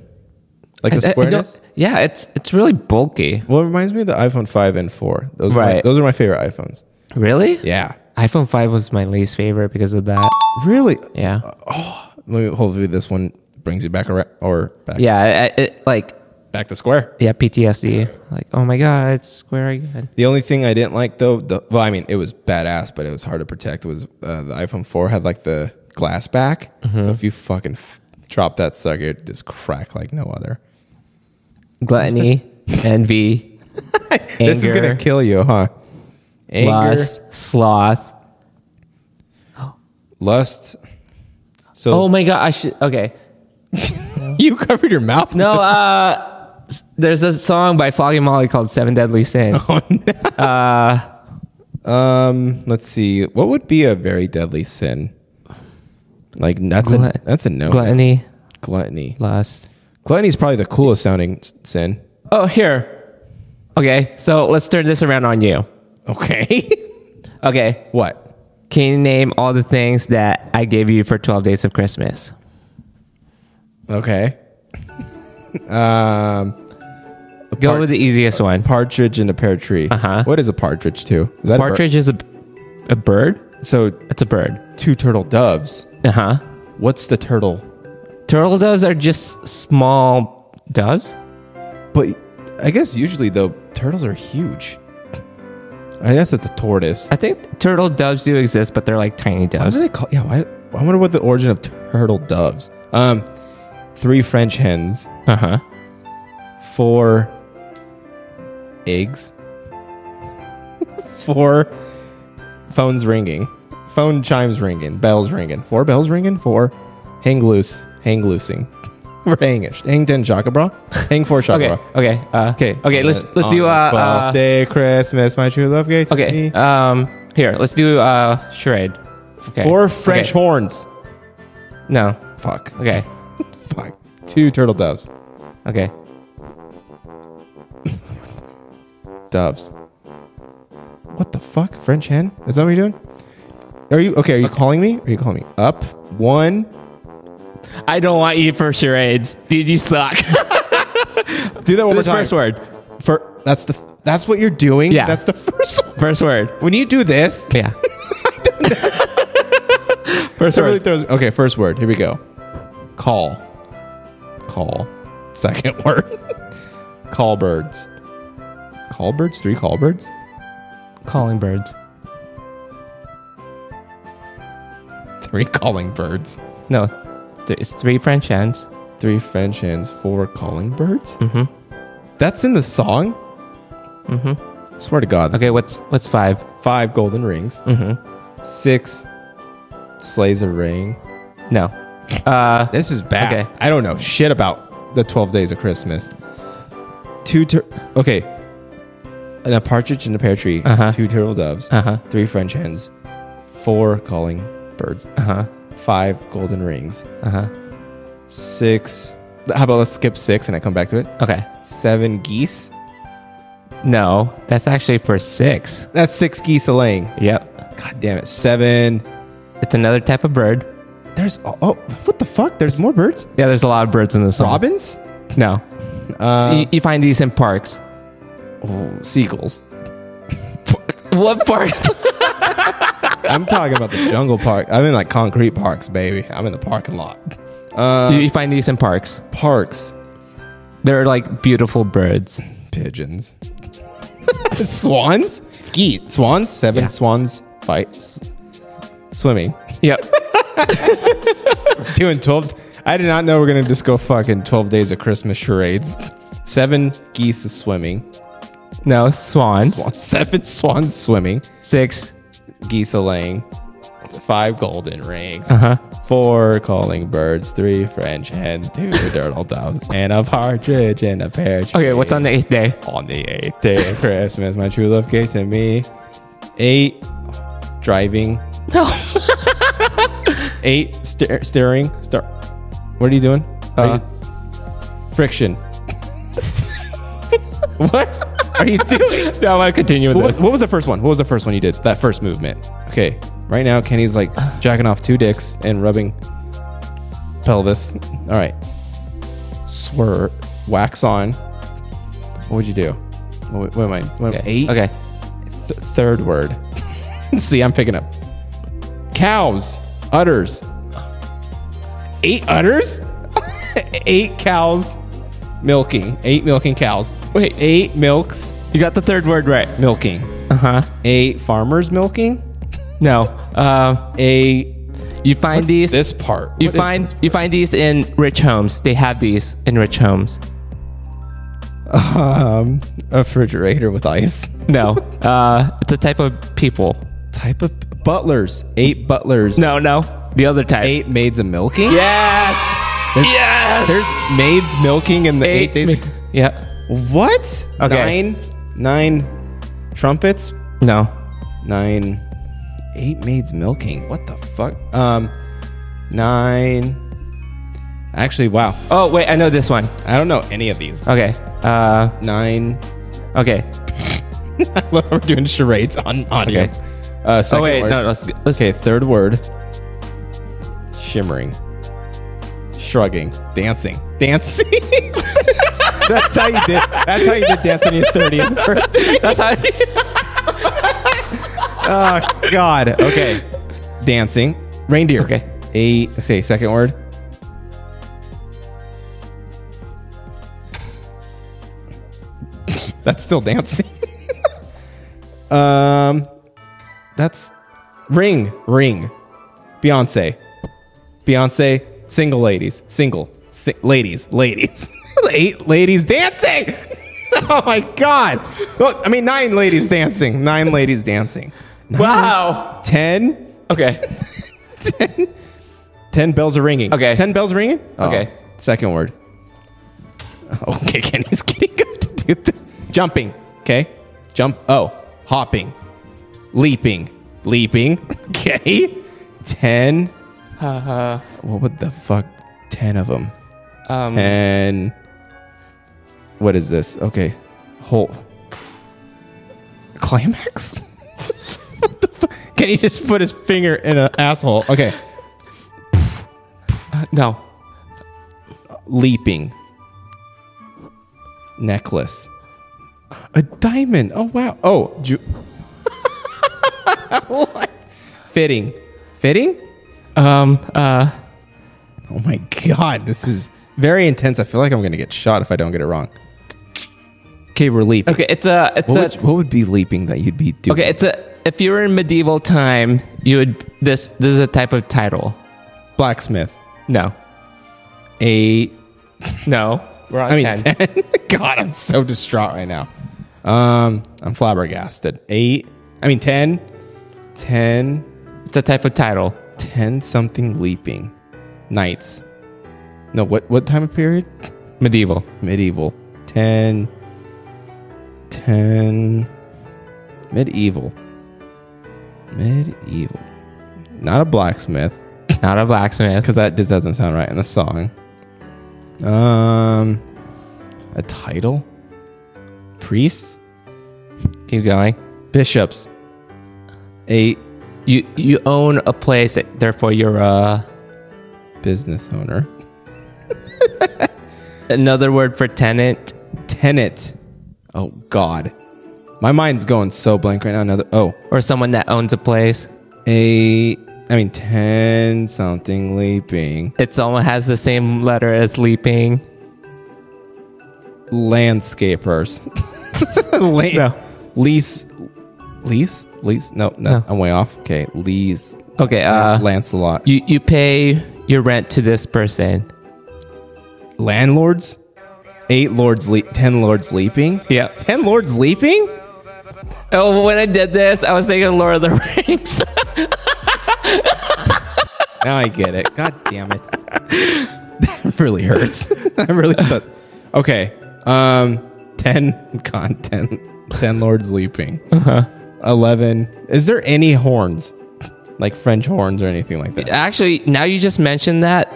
S1: Like the squareness?
S2: yeah, it's it's really bulky.
S1: Well, it reminds me of the iPhone 5 and 4. Those are my,
S2: Right.
S1: those are my favorite iPhones.
S2: Really?
S1: Yeah.
S2: iPhone five was my least favorite because of that.
S1: Really?
S2: Yeah,
S1: Let me- hopefully this one brings you back around or back
S2: yeah, I- I- it, like
S1: back to square.
S2: yeah PTSD. Like oh my god, it's square again.
S1: The only thing I didn't like though, the, well, I mean, it was badass, but it was hard to protect. Was uh, the iPhone 4 had like the glass back,
S2: Mm-hmm.
S1: so if you fucking f- drop that sucker, it just cracked like no other.
S2: Gluttony, envy,
S1: This is gonna
S2: Anger.
S1: kill you, huh? Anger, lust.
S2: lust, sloth.
S1: So
S2: Oh my god, I should okay.
S1: you covered your mouth.
S2: Oh. No, uh, s- there's a song by Foggy Molly called Seven Deadly Sins. Uh.
S1: Um, let's see. What would be a very deadly sin? Like that's a
S2: Glut-
S1: that's a no.
S2: Gluttony,
S1: Gluttony.
S2: lust.
S1: Gluttony is probably the coolest sounding s- sin.
S2: Oh, here. Okay, so let's turn this around on you.
S1: Okay.
S2: Okay,
S1: what?
S2: can you name all the things that I gave you for 12 days of Christmas?
S1: Okay. um,
S2: Go
S1: Part-
S2: with the easiest one.
S1: partridge in a pear tree.
S2: Uh-huh.
S1: What is a partridge too? Is that
S2: Partridge is a
S1: A, bird? So
S2: it's a bird.
S1: two turtle doves.
S2: Uh huh.
S1: What's the turtle?
S2: Turtle doves are just small doves.
S1: But I guess usually though turtles are huge. I guess it's a tortoise.
S2: I think turtle doves do exist, but they're like tiny
S1: Why do
S2: doves.
S1: they call? Yeah, why, I wonder what the origin of turtle doves. Um, three French hens,
S2: Uh huh.
S1: four eggs, four phones ringing, phone chimes ringing, bells ringing, four bells ringing, four hang loose, hang loosing, we're hangish, hang ten chakabra, hang four
S2: Okay.
S1: chakabra.
S2: Okay. Uh,
S1: Okay,
S2: Okay. Let's let's
S1: On
S2: do
S1: the
S2: uh, uh
S1: 12th day Christmas, my true love gave to
S2: Okay.
S1: me.
S2: Um. Here, let's do uh charade. Okay.
S1: Four French
S2: Okay.
S1: horns.
S2: No.
S1: Fuck.
S2: Okay.
S1: Fuck. Two turtle doves.
S2: Okay.
S1: doves. What the fuck? French hen? Is that what you're doing? Are you okay? Are you calling me? Are you calling me? Up one.
S2: I don't want you for charades. Did you suck?
S1: Do that one more
S2: What's
S1: time.
S2: first word?
S1: Fir- that's the. That's what you're doing.
S2: Yeah.
S1: That's the first one.
S2: First word.
S1: When you do this, it
S2: Yeah. first
S1: really
S2: word.
S1: throws. Okay, first word. Here we go. Call. Call. Second word. call birds. Call birds. Three call birds.
S2: Calling birds.
S1: Three calling birds.
S2: No. Th- it's three French hens.
S1: Three French hens. Four calling birds. Mm-hmm. That's in the song. Mm-hmm. Swear to God.
S2: Mm-hmm. Okay. What's what's five?
S1: five golden rings,
S2: Mm-hmm.
S1: six slays a ring.
S2: No.
S1: This is bad.
S2: Ah. Okay.
S1: I don't know shit about the 12 days of Christmas. Two, tur- okay, an a partridge in a pear tree,
S2: Uh-huh.
S1: two turtle doves,
S2: Uh-huh.
S1: three French hens, four calling birds,
S2: Uh huh.
S1: five golden rings,
S2: Uh huh.
S1: six. How about let's skip six and I come back to it?
S2: Okay.
S1: Seven geese.
S2: No. That's actually for six.
S1: That's six geese a laying.
S2: Yep.
S1: God damn it. Seven.
S2: It's another type of bird.
S1: There's oh, oh what the fuck? There's more birds.
S2: Yeah. There's a lot of birds in this song.
S1: Robins.
S2: No.
S1: Uh,
S2: you, you find these in parks.
S1: seagulls.
S2: What part?
S1: I'm talking about the jungle park. I'm in like concrete parks, baby. I'm in the parking lot. Um,
S2: you find these in parks.
S1: Parks,
S2: They're like beautiful birds.
S1: pigeons, swans, geese, swans, seven
S2: Yeah.
S1: swans fights, swimming.
S2: Yep.
S1: Two and twelve. I did not know we're gonna just go fucking twelve days of Christmas charades. Seven geese is swimming.
S2: No, swans.
S1: Seven swans swimming.
S2: Six.
S1: Geese are laying. Five golden rings.
S2: Uh huh.
S1: Four calling birds. Three French hens. Two turtle doves. And a partridge and a pear tree.
S2: Okay, what's on the eighth day?
S1: On the eighth day of Christmas, my true love gave to me eight driving. eight steer steering. Star. What are you doing? Are
S2: Uh.
S1: you- friction. what are you doing?
S2: No, I want to continue with
S1: What
S2: this.
S1: was, what was the first one? What was the first one you did? That first movement. Okay. Right now, Kenny's like jacking off two dicks and rubbing pelvis. All right. Swerve. Wax on. What would you do? What, what am I? What, Eight?
S2: Okay.
S1: Th- third word. See, I'm picking up. Cows. Udders. Eight udders? eight cows milking. Eight milking cows.
S2: Wait.
S1: Eight milks
S2: You got the third word right.
S1: milking.
S2: Uh
S1: Uh-huh.
S2: huh.
S1: A farmer's milking.
S2: No. Um,
S1: A
S2: you find these.
S1: this part.
S2: You
S1: What is
S2: find
S1: this?
S2: you find these in rich homes. They have these in rich homes.
S1: um a refrigerator with ice.
S2: No, uh, it's a type of people.
S1: Type of butlers. Eight butlers.
S2: No, no, the other type.
S1: Eight maids of milking.
S2: Yes, yes.
S1: There's maids milking in the eight, days.
S2: Yeah.
S1: What?
S2: Okay.
S1: Nine. Nine trumpets.
S2: No.
S1: Nine. Eight maids milking. What the fuck? Um, nine. Actually, wow.
S2: Oh wait, I know this one.
S1: I don't know any of these.
S2: Okay. Uh,
S1: Nine.
S2: okay.
S1: I love how we're doing charades on audio.
S2: Okay.
S1: Uh, second
S2: oh wait,
S1: word.
S2: no. Let's let's.
S1: Okay, third word. Shimmering. Shrugging. Dancing. Dancing. that's how you did. That's how you did dance on your thirtieth birthday.
S2: That's how.
S1: Oh God. Okay. Dancing. Reindeer.
S2: Okay.
S1: A. Okay. Second word. that's still dancing. um, that's ring. Ring. Beyonce. Beyonce. Single ladies. Single. Si- ladies. Ladies. Eight ladies dancing. oh my God. Look, I mean, nine ladies dancing. Nine ladies dancing.
S2: wow.
S1: Ten.
S2: Okay.
S1: Ten. Ten bells are ringing.
S2: Okay.
S1: Ten bells ringing? Oh,
S2: Okay.
S1: Second word. Okay, Kenny's getting up to do this. Jumping. Okay. Jump. Oh, hopping. Leaping. Leaping. Okay. Ten.
S2: Uh,
S1: What would the fuck? Ten of them.
S2: um,
S1: And what is this? Okay, whole climax. what the fuck? Can he just put his finger in an asshole? Okay,
S2: no.
S1: leaping necklace, a diamond. Oh wow. Oh, ju- what? Fitting, fitting.
S2: Um. Uh.
S1: Oh my god, this is very intense. I feel like I'm gonna get shot if I don't get it wrong. Okay, we're leaping.
S2: Okay. It's a. It's
S1: What
S2: a.
S1: would, what would be leaping that you'd be doing?
S2: Okay, it's a if you were in medieval time, you would this this is a type of title.
S1: blacksmith.
S2: No.
S1: A.
S2: No. We're on
S1: I mean,
S2: 10.
S1: 10. God, I'm so distraught right now. Um, I'm flabbergasted. Eight. I mean, 10. 10.
S2: It's a type of title.
S1: 10 something leaping. Knights. No, what, what time of period?
S2: Medieval.
S1: Medieval. 10. 10. Medieval. Medieval. Not a blacksmith.
S2: Not a blacksmith.
S1: because that just doesn't sound right in the song. Um, a title, priests,
S2: Keep going.
S1: bishops, a
S2: You you own a place, therefore you're uh, a
S1: business owner,
S2: another word for tenant.
S1: tenant, Oh God, my mind's going so blank right now. Another oh
S2: or someone that owns a place.
S1: a I mean ten something leaping
S2: It's almost has the same letter as leaping.
S1: landscapers. La-
S2: No.
S1: Lease, lease, lease. No, that's,
S2: No.
S1: I'm way off. Okay, lease.
S2: Okay, uh,
S1: Lancelot.
S2: you you pay your rent to this person.
S1: landlords. Eight lords leap. Ten lords leaping.
S2: Yep.
S1: Ten lords leaping.
S2: Oh, when I did this, I was thinking Lord of the Rings.
S1: Now I get it. God damn it. That really hurts. I really thought. Okay. Um, 10 content. 10 lords leaping. Uh-huh. 11. Is there any horns? Like French horns or anything like that?
S2: Actually, now you just mentioned that,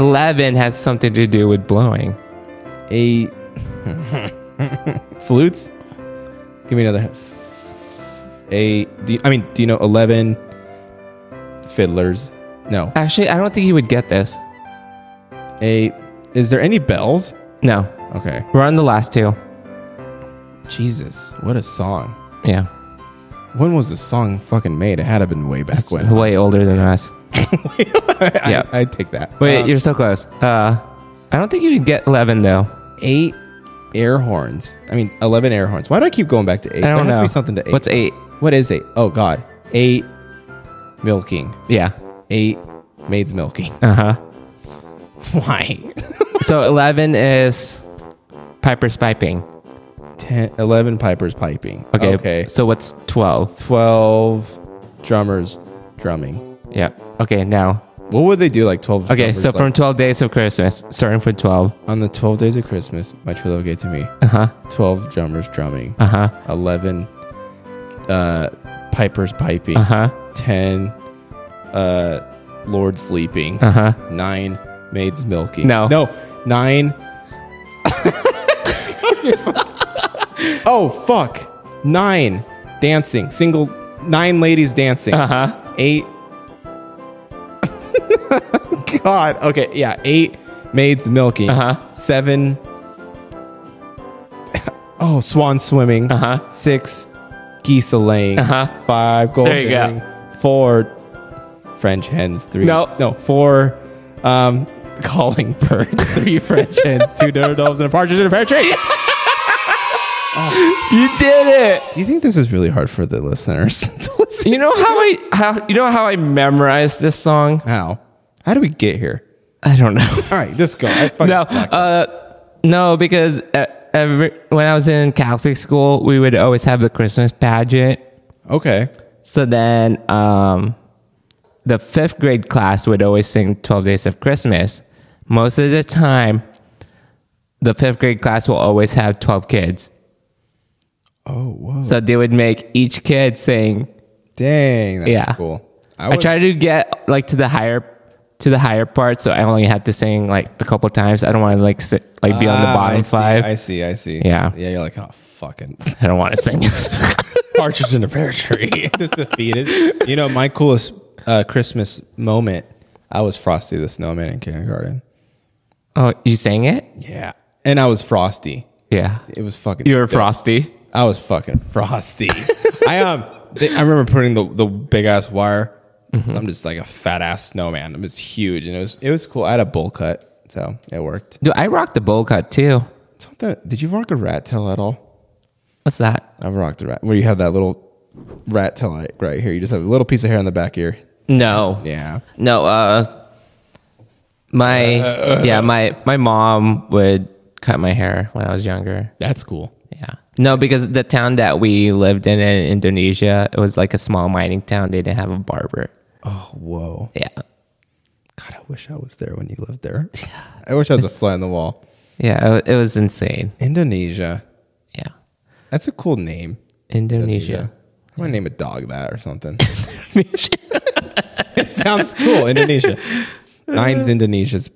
S2: eleven has something to do with blowing.
S1: Eight. Flutes? Give me another. Eight. Do you- I mean, do you know 11 fiddlers? No.
S2: Actually, I don't think you would get this.
S1: Eight. Is there any bells?
S2: No,
S1: Okay.
S2: we're on the last two.
S1: Jesus. What a song.
S2: Yeah,
S1: When was the song fucking made? It had to have been way back when.
S2: way older than us.
S1: yeah,
S2: yeah.
S1: I, would take that.
S2: Wait,
S1: Um,
S2: you're so close. Uh, I don't think you would get eleven though.
S1: eight air horns. I mean, eleven air horns. Why do I keep going back to eight?
S2: I don't
S1: there has
S2: know.
S1: to be something to eight.
S2: What's eight?
S1: What is eight? Oh God, eight milking,
S2: Yeah.
S1: eight maids milking.
S2: Uh huh.
S1: Why?
S2: So eleven is Piper's piping.
S1: Ten, eleven pipers piping.
S2: Okay.
S1: Okay.
S2: So what's twelve?
S1: Twelve drummers drumming.
S2: Yeah. Okay. Now.
S1: What would they do? Like twelve.
S2: Okay.
S1: drummers,
S2: So from
S1: like,
S2: twelve days of Christmas, starting from twelve.
S1: on the twelve days of Christmas, my true love gave to me
S2: Uh huh.
S1: twelve drummers drumming.
S2: Uh huh.
S1: 11 uh pipers piping
S2: Uh huh.
S1: 10 uh lord sleeping
S2: Uh huh.
S1: 9 maids milking
S2: No.
S1: no 9 oh fuck 9 dancing single 9 ladies dancing
S2: Uh huh.
S1: 8 god okay yeah 8 maids milking
S2: Uh-huh.
S1: 7 oh swan swimming
S2: Uh huh.
S1: six geese a laying,
S2: Uh-huh.
S1: five gold
S2: There you go.
S1: laying, four French hens, three
S2: No.
S1: no four um, calling birds, three French hens, two turtles, and a partridge in a pear tree.
S2: You did it.
S1: Do you think this is really hard for the listeners to listen?
S2: You know how I how you know how I memorized this song?
S1: How? How do we get here?
S2: I don't know.
S1: All right, just go. I fucking
S2: no,
S1: blocked it.
S2: uh, no, because uh, every, when I was in Catholic school, we would always have the Christmas pageant.
S1: okay.
S2: So then, um, the fifth grade class would always sing 12 Days of Christmas. Most of the time, the fifth grade class will always have 12 kids.
S1: Oh whoa!
S2: So they would make each kid sing.
S1: Dang, that's
S2: Yeah.
S1: cool.
S2: I, tried to get like to the higher to the higher part, so I only had to sing like a couple times. I don't want to like sit, like be on the bottom
S1: Ah, I see,
S2: five.
S1: I see. I see.
S2: Yeah.
S1: Yeah. You're like, oh fucking.
S2: I don't want to sing.
S1: partridge in a pear tree. Just defeated. You know, my coolest uh, Christmas moment. I was Frosty the Snowman in kindergarten.
S2: Oh, you sang it?
S1: Yeah, and I was Frosty.
S2: Yeah.
S1: It was fucking.
S2: You were
S1: dope.
S2: frosty.
S1: I was fucking frosty. I um, they, I remember putting the the big ass wire.
S2: Mm-hmm.
S1: I'm just like a fat ass snowman. It was huge, and it was it was cool. I had a bowl cut, so it worked.
S2: Dude, I rocked the bowl cut too.
S1: Something, did you rock a rat tail at all?
S2: What's that?
S1: I've rocked a rat where you have that little rat tail like, right here. You just have a little piece of hair on the back here.
S2: No.
S1: Yeah.
S2: No, uh my yeah, my my mom would cut my hair when I was younger.
S1: That's cool.
S2: Yeah. No, because the town that we lived in in Indonesia, it was like a small mining town. They didn't have a barber.
S1: Oh, whoa.
S2: Yeah.
S1: God, I wish I was there when you lived there. I wish I was a fly on the wall.
S2: Yeah, it, wa- it was insane.
S1: Indonesia.
S2: Yeah.
S1: That's a cool name.
S2: Indonesia.
S1: I'm going to name a dog that or something. it sounds cool. Indonesia. Nine's Indonesia's.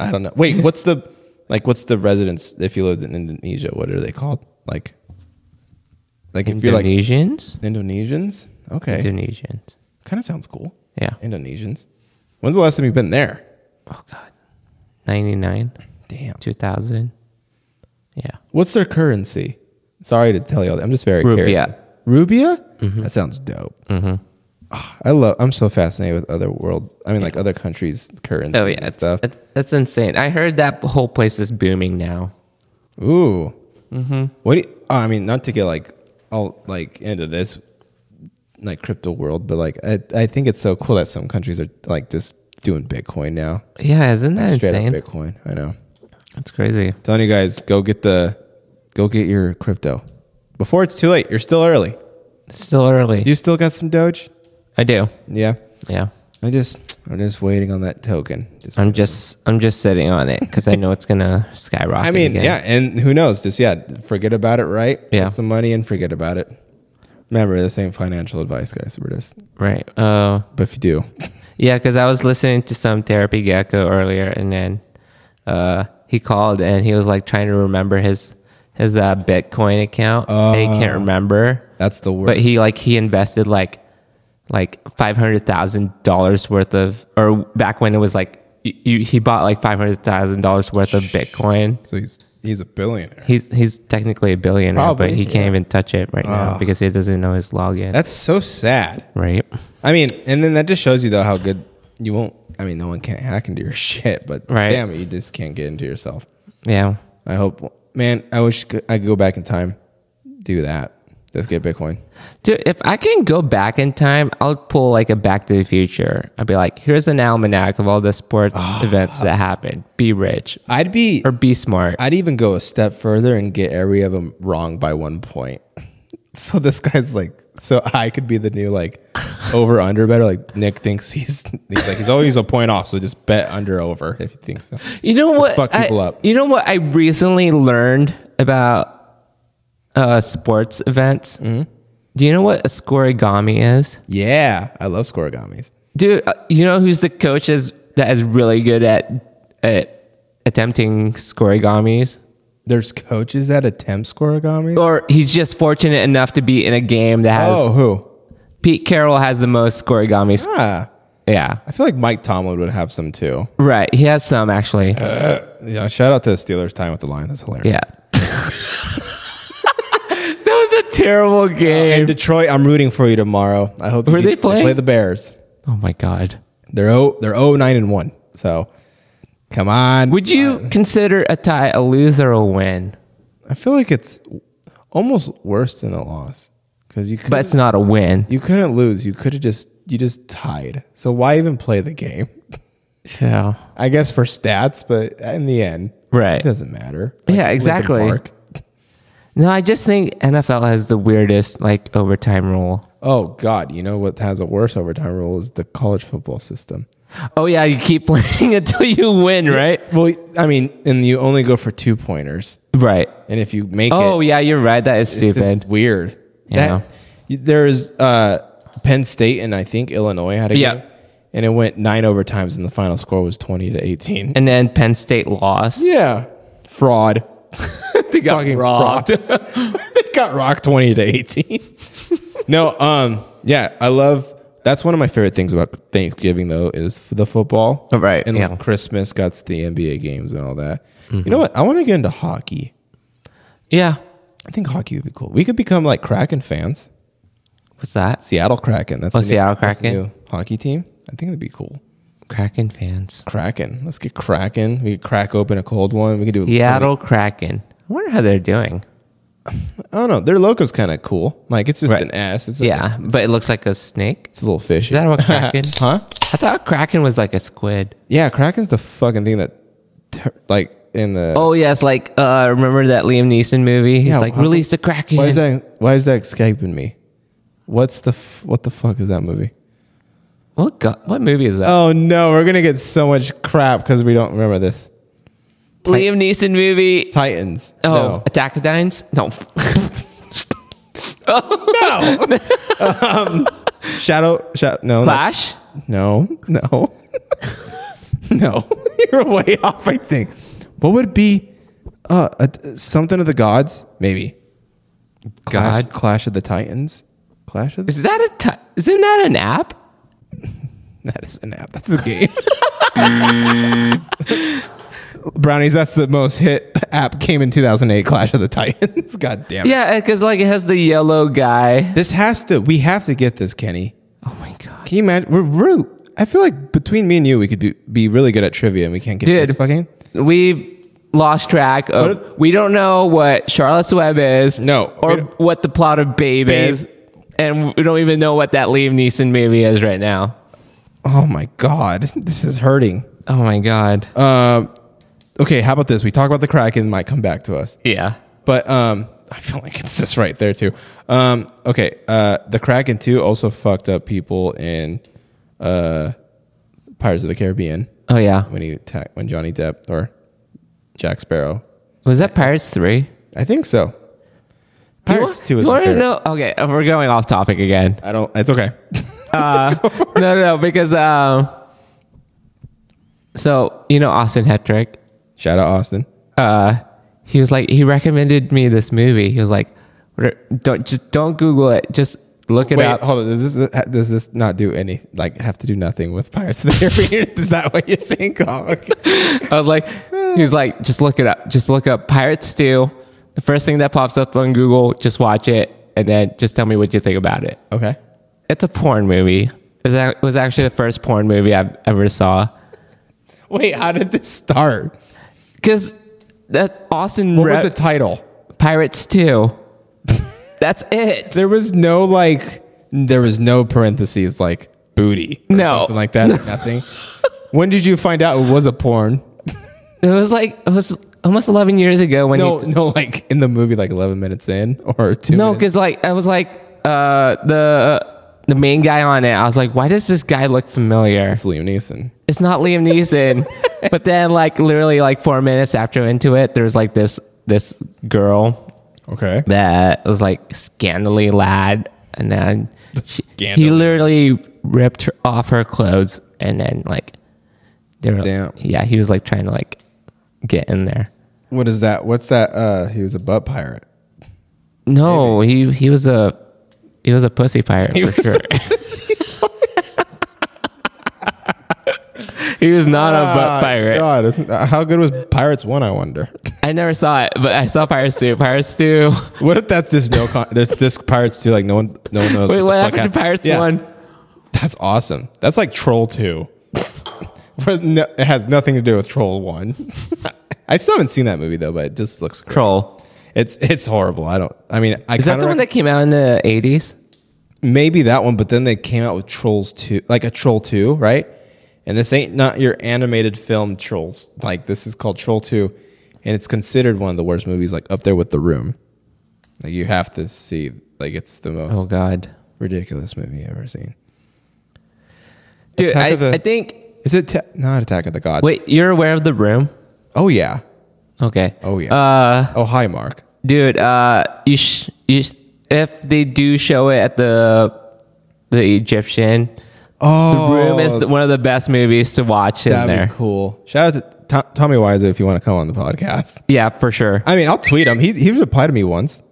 S1: I don't know. Wait, what's the, like, what's the residence if you lived in Indonesia? What are they called? Like, like if you're like Eh?
S2: Indonesians?
S1: Indonesians? Okay.
S2: Indonesians.
S1: kind of sounds cool.
S2: Yeah.
S1: Eh? Indonesians. When's the last time you've been there?
S2: Oh god. 99,
S1: Damn.
S2: 2000. Yeah.
S1: What's their currency? Sorry to tell you all that. I'm just very
S2: Rubia.
S1: curious. Rubia?
S2: Mm-hmm.
S1: That sounds dope. Ah, I love. I'm so fascinated with other worlds. I mean, like other countries' currency
S2: Oh yeah,
S1: and
S2: it's,
S1: stuff.
S2: it's it's insane. I heard that whole place is booming now.
S1: Ooh.
S2: Mm-hmm.
S1: What? Do you, oh, I mean, not to get like all like into this like crypto world, but like I, I think it's so cool that some countries are like just doing Bitcoin now.
S2: Yeah, isn't that
S1: Straight up
S2: insane?
S1: Bitcoin. I know.
S2: That's crazy.
S1: Telling you guys, go get the go get your crypto before it's too late. You're still early.
S2: It's still early.
S1: You still got some Doge?
S2: I do.
S1: Yeah.
S2: Yeah.
S1: I just I'm just waiting on that token. Just
S2: I'm just I'm just sitting on it because I know it's gonna skyrocket.
S1: I mean,
S2: again.
S1: yeah, and who knows? Just yeah, forget about it, right?
S2: Yeah.
S1: Put some money and forget about it. Remember, this ain't financial advice, guys. We're just
S2: right. Uh,
S1: but if you do,
S2: yeah, because I was listening to some therapy gecko earlier, and then uh, he called and he was like trying to remember his his uh, Bitcoin account. and he can't
S1: Oh.
S2: remember.
S1: that's the word.
S2: but he like he invested like like five hundred thousand dollars worth of or back when it was like y- you, he bought like five hundred thousand dollars worth of Bitcoin.
S1: so he's he's a billionaire.
S2: He's he's technically a billionaire,
S1: Probably,
S2: but he can't
S1: yeah. Oh.
S2: even touch it right now because he doesn't know his login.
S1: That's so sad.
S2: right.
S1: I mean, and then that just shows you though how good you won't. I mean, no one can't hack into your shit, but
S2: Right.
S1: damn it, you just can't get into yourself.
S2: Yeah.
S1: I hope, man. I wish I could go back in time, do that. Just get Bitcoin.
S2: Dude, if I can go back in time, I'll pull like a Back to the Future. I'll be like, here's an almanac of all the sports
S1: Ah.
S2: events that happened. Be rich
S1: I'd be
S2: or be smart.
S1: I'd even go a step further and get every of them wrong by one point. So this guy's like, so I could be the new like over under better. Like Nick thinks he's, he's like he's always a point off, so just bet under over if you think so.
S2: You know what?
S1: fuck
S2: I-
S1: people up.
S2: You know what I recently learned about uh, sports events?
S1: Mm-hmm.
S2: Do you know what a scoregami is?
S1: Yeah, I love scoregamis.
S2: Dude, uh, you know who's the coach is, that is really good at, at attempting scoregamis?
S1: There's coaches that attempt scoregamis.
S2: Or he's just fortunate enough to be in a game that has.
S1: Oh, who?
S2: Pete Carroll has the most scoregamis.
S1: Ah,
S2: Yeah.
S1: I feel like Mike Tomlin would have some too.
S2: Right. He has some, actually.
S1: Yeah, shout out to the Steelers time with the line. That's hilarious.
S2: yeah. that was a terrible game.
S1: In Detroit, I'm rooting for you tomorrow. I hope
S2: Who are
S1: you
S2: they playing?
S1: play the Bears.
S2: oh, my God.
S1: They're oh they're oh nine and one. So come on.
S2: Would you consider a tie a lose or a win?
S1: I feel like it's almost worse than a loss because you could
S2: But it's not a win.
S1: you couldn't lose. You could have just you just tied. So why even play the game?
S2: Yeah.
S1: I guess for stats, but in the end,
S2: Right.
S1: it doesn't matter.
S2: Yeah,
S1: Linkin
S2: exactly.
S1: Park.
S2: No, I just think NFL has the weirdest like overtime rule.
S1: Oh God, you know what has a worse overtime rule is the college football system.
S2: Oh yeah, you keep playing until you win, right?
S1: Well, I mean, and you only go for two pointers,
S2: Right.
S1: and if you make it,
S2: Oh yeah, you're right. That is
S1: It's just
S2: stupid.
S1: weird.
S2: Yeah.
S1: That- y- there's uh, Penn State and I think Illinois had a
S2: Yeah.
S1: game, and it went nine overtimes, and the final score was twenty to eighteen.
S2: And then Penn State lost.
S1: yeah, fraud.
S2: they got robbed.
S1: they got rocked twenty to eighteen. no, um, yeah, I love. That's one of my favorite things about Thanksgiving, though, is f- the football.
S2: Oh, right,
S1: And
S2: yeah. Mm-hmm.
S1: Christmas got the NBA games and all that. You know what? I want to get into hockey.
S2: yeah.
S1: I think hockey would be cool. We could become like Kraken fans.
S2: What's that?
S1: Seattle Kraken. That's
S2: Oh,
S1: the new-
S2: Seattle
S1: that's the
S2: Kraken.
S1: new hockey team. I think it'd be cool.
S2: Kraken fans.
S1: Kraken. Let's get Kraken. We could crack open a cold one. We could do.
S2: Seattle Kraken. I wonder how they're doing.
S1: I don't know. Their logo's kind of cool. Like it's just
S2: Right.
S1: an S. It's a,
S2: Yeah, but it looks like a snake.
S1: It's a little fishy.
S2: Is that what Kraken?
S1: huh?
S2: I thought Kraken was like a squid.
S1: Yeah, Kraken's the fucking thing that, tur like in the.
S2: Oh yes, like uh, remember that Liam Neeson movie? He's
S1: Yeah,
S2: like
S1: why-
S2: release the Kraken.
S1: Why is that? Why is that escaping me? What's the f- what the fuck is that movie?
S2: What go- what movie is that?
S1: Oh no, we're gonna get so much crap because we don't remember this.
S2: Liam Neeson movie.
S1: Titans.
S2: Oh,
S1: No.
S2: Attack of Dines? No.
S1: Shadow. Shadow. No. that's-
S2: Flash?
S1: No, no, no. You're way off. I think. What would be uh, a, something of the gods? Maybe Clash,
S2: God.
S1: Clash of the Titans. Clash of the.
S2: Is that a ti- isn't that an app?
S1: that is an app. That's a game. brownies. That's the most hit app came in 2008. Clash of the Titans. God damn it.
S2: Yeah, because like it has the yellow guy.
S1: This has to. We have to get this, Kenny.
S2: Oh my god,
S1: Can you imagine? We're really. I feel like between me and you, we could do, be really good at trivia, and we can't get
S2: Dude.
S1: this fucking.
S2: we lost track of.
S1: What if-
S2: we don't know what Charlotte's Web is.
S1: No, we
S2: or
S1: don't-
S2: what the plot of Babe,
S1: Babe.
S2: is, and we don't even know what that Liam Neeson movie is right now.
S1: Oh my god, this is hurting.
S2: Oh my god.
S1: Um, okay, how about this? We talk about the Kraken, it might come back to us.
S2: yeah.
S1: But um, I feel like it's just right there too. Um, okay, uh, the Kraken too also fucked up people in uh, Pirates of the Caribbean
S2: Oh yeah.
S1: when he ta- when Johnny Depp or Jack Sparrow.
S2: Was that Pirates Three?
S1: I think so. Pirates
S2: you
S1: too is
S2: want
S1: my
S2: to
S1: favorite.
S2: know? Okay, uh, we're going off topic again.
S1: I don't. It's okay.
S2: Uh, no, no, no, because um, so you know Austin Hetrick,
S1: Shout out Austin.
S2: uh, he was like he recommended me this movie. He was like, what are- don't just don't Google it, just look it
S1: Wait,
S2: up.
S1: hold on. Does this does this not do any like have to do nothing with Pirates of the Caribbean? is that what you're saying? Oh, okay.
S2: I was like, he was like, just look it up, just look up Pirates Two. The first thing that pops up on Google, just watch it, and then just tell me what you think about it.
S1: okay.
S2: It's a porn movie. It's a- It was actually the first porn movie I ever saw.
S1: Wait, how did this start?
S2: Because that Austin
S1: What was
S2: re-
S1: the title?
S2: Pirates 2. That's it.
S1: There was no like, there was no parentheses like booty, or
S2: No.
S1: something like that. Nothing. When did you find out it was a porn?
S2: It was like it was almost 11 years ago when
S1: No,
S2: he
S1: no, like in the movie, like eleven minutes in or two.
S2: No,
S1: minutes-
S2: cuz like I was like uh the the main guy on it. I was like, "Why does this guy look familiar?"
S1: it's Liam Neeson.
S2: It's not Liam Neeson. but then like literally like 4 minutes after into it, there's like this this girl
S1: Okay.
S2: that was like scandally lad and then she, he
S1: Scandally.
S2: literally ripped her off her clothes and then like they were
S1: Damn.
S2: yeah he was like trying to like get in there
S1: What is that? What's that? Uh, he was a butt pirate.
S2: no he he was a he was a pussy pirate for sure he was not a butt pirate
S1: Ah, God, how good was Pirates One? I wonder.
S2: i never saw it but i saw pirates 2 pirates 2
S1: What if that's just no? Con- there's just Pirates Two. Like no one, no one knows.
S2: wait
S1: the
S2: what
S1: fuck
S2: happened to pirates
S1: Yeah.
S2: 1
S1: That's awesome. That's like Troll 2. but no, it has nothing to do with Troll 1. I still haven't seen that movie though, but it just looks great.
S2: troll
S1: It's it's horrible. I don't I mean, I
S2: is that
S1: kind
S2: the
S1: of
S2: one that came out in the 80s
S1: maybe that one, but then they came out with Trolls 2, like a Troll 2, right? And this ain't not your animated film Trolls. Like this is called Troll 2 and it's considered one of the worst movies like up there with The Room. Like you have to see like it's the most
S2: oh god
S1: ridiculous movie I've ever seen.
S2: Dude,
S1: Attack
S2: I,
S1: of the-
S2: I think.
S1: Is it ta- not Attack of the Gods?
S2: Wait, you're aware of the room?
S1: Oh yeah.
S2: Okay.
S1: Oh yeah.
S2: Uh,
S1: oh hi, Mark.
S2: dude. Uh, you sh- you sh- if they do show it at the the Egyptian,
S1: Oh,
S2: the room is the, one of the best movies to watch in
S1: that'd
S2: there.
S1: be cool. Shout out to Tom, Tommy Wiseau if you want to come on the podcast.
S2: Yeah, for sure.
S1: I mean, I'll tweet him. He he replied to me once.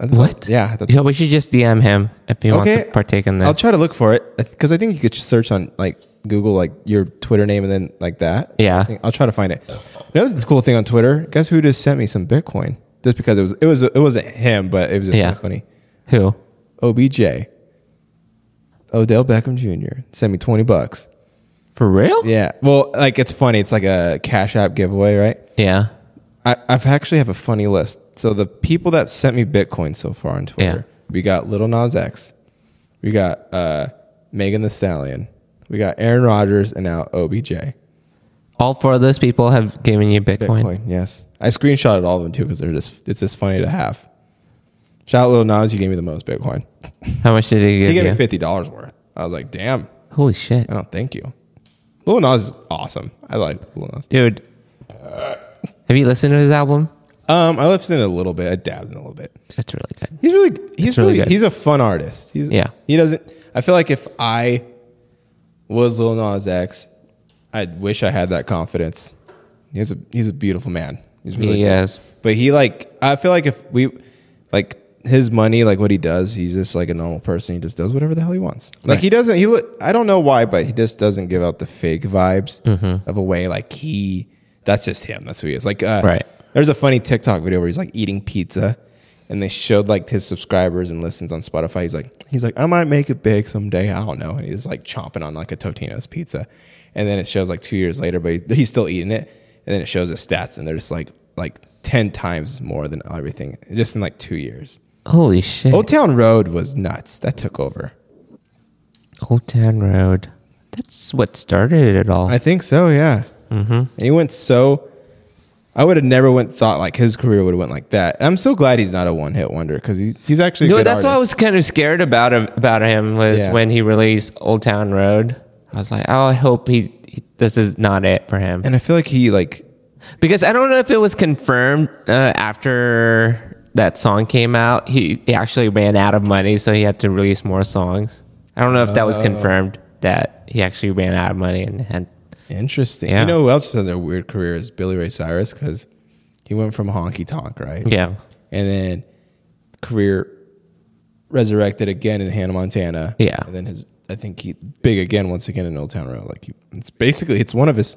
S1: I thought-
S2: what?
S1: Yeah. I thought-
S2: yeah. We should just DM him if he wants to partake in this.
S1: I'll try to look for it because I think you could just search on like Google like your Twitter name and then like that.
S2: Yeah.
S1: I think- I'll try to find it. Another cool thing on Twitter. Guess who just sent me some Bitcoin? Just because it was it was it wasn't him, but it was just
S2: Yeah.
S1: kinda funny.
S2: Who?
S1: OBJ, Odell Beckham Jr. sent me twenty bucks.
S2: For real?
S1: Yeah. Well, like it's funny. It's like a Cash App giveaway, right?
S2: Yeah.
S1: I, I've actually have a funny list. So the people that sent me Bitcoin so far on Twitter, we got Little Nas X, we got uh, Megan the Stallion, we got Aaron Rodgers, and now OBJ.
S2: All four of those people have given you Bitcoin.
S1: Bitcoin, yes. I screenshotted all of them too because they're just it's just funny to have. Shout out Little Nas, you gave me the most Bitcoin.
S2: How much did he give
S1: He gave
S2: you?
S1: me fifty dollars worth. I was like, damn,
S2: Holy shit,
S1: I don't thank you. Lil Nas is awesome. I like Lil Nas.
S2: dude. Have you listened to his album?
S1: Um, I listened in a little bit. I dabbed in a little bit.
S2: It's really good.
S1: He's really he's
S2: It's really
S1: really,
S2: good.
S1: he's a fun artist. He's
S2: Yeah.
S1: He doesn't I feel like if I was Lil Nas X, I wish I had that confidence. He's a he's a beautiful man. He's really
S2: He
S1: cool.
S2: is.
S1: But he like I feel like if we like his money, like what he does, he's just like a normal person. He just does whatever the hell he wants. Like he doesn't
S2: Mm-hmm.
S1: he look I don't know why, but he just doesn't give out the fake vibes of a way like he that's just him. That's who he is. Like, uh,
S2: Right.
S1: There's a funny TikTok video where he's like eating pizza, and they showed like his subscribers and listens on Spotify. He's like, he's like, I might make it big someday. I don't know. And he's like chomping on like a Totino's pizza, and then it shows like two years later, but he- he's still eating it. And then it shows his stats, and they're just like like ten times more than everything just in like two years.
S2: Holy shit.
S1: Old Town Road was nuts. That took over.
S2: Old Town Road. That's what started it all.
S1: I think so. Yeah. Mm-hmm. And he went so. I would have never went thought like his career would have went like that. And I'm so glad he's not a one hit wonder because he, he's actually. A
S2: no,
S1: good
S2: that's what I
S1: artist.
S2: was kind of scared about him- about him was
S1: Yeah.
S2: when he released Old Town Road. I was like, oh, I hope he, he this is not it for him
S1: And I feel like he like
S2: because I don't know if it was confirmed uh, after that song came out. He, he actually ran out of money, so he had to release more songs. I don't know if that
S1: Oh.
S2: was confirmed that he actually ran out of money and had
S1: interesting.
S2: Yeah.
S1: You know who else has a weird career is Billy Ray Cyrus because he went from honky tonk right.
S2: yeah
S1: And then career resurrected again in Hannah Montana.
S2: Yeah.
S1: And then his I think he big again once again in Old Town Road. Like he, it's basically it's one of his.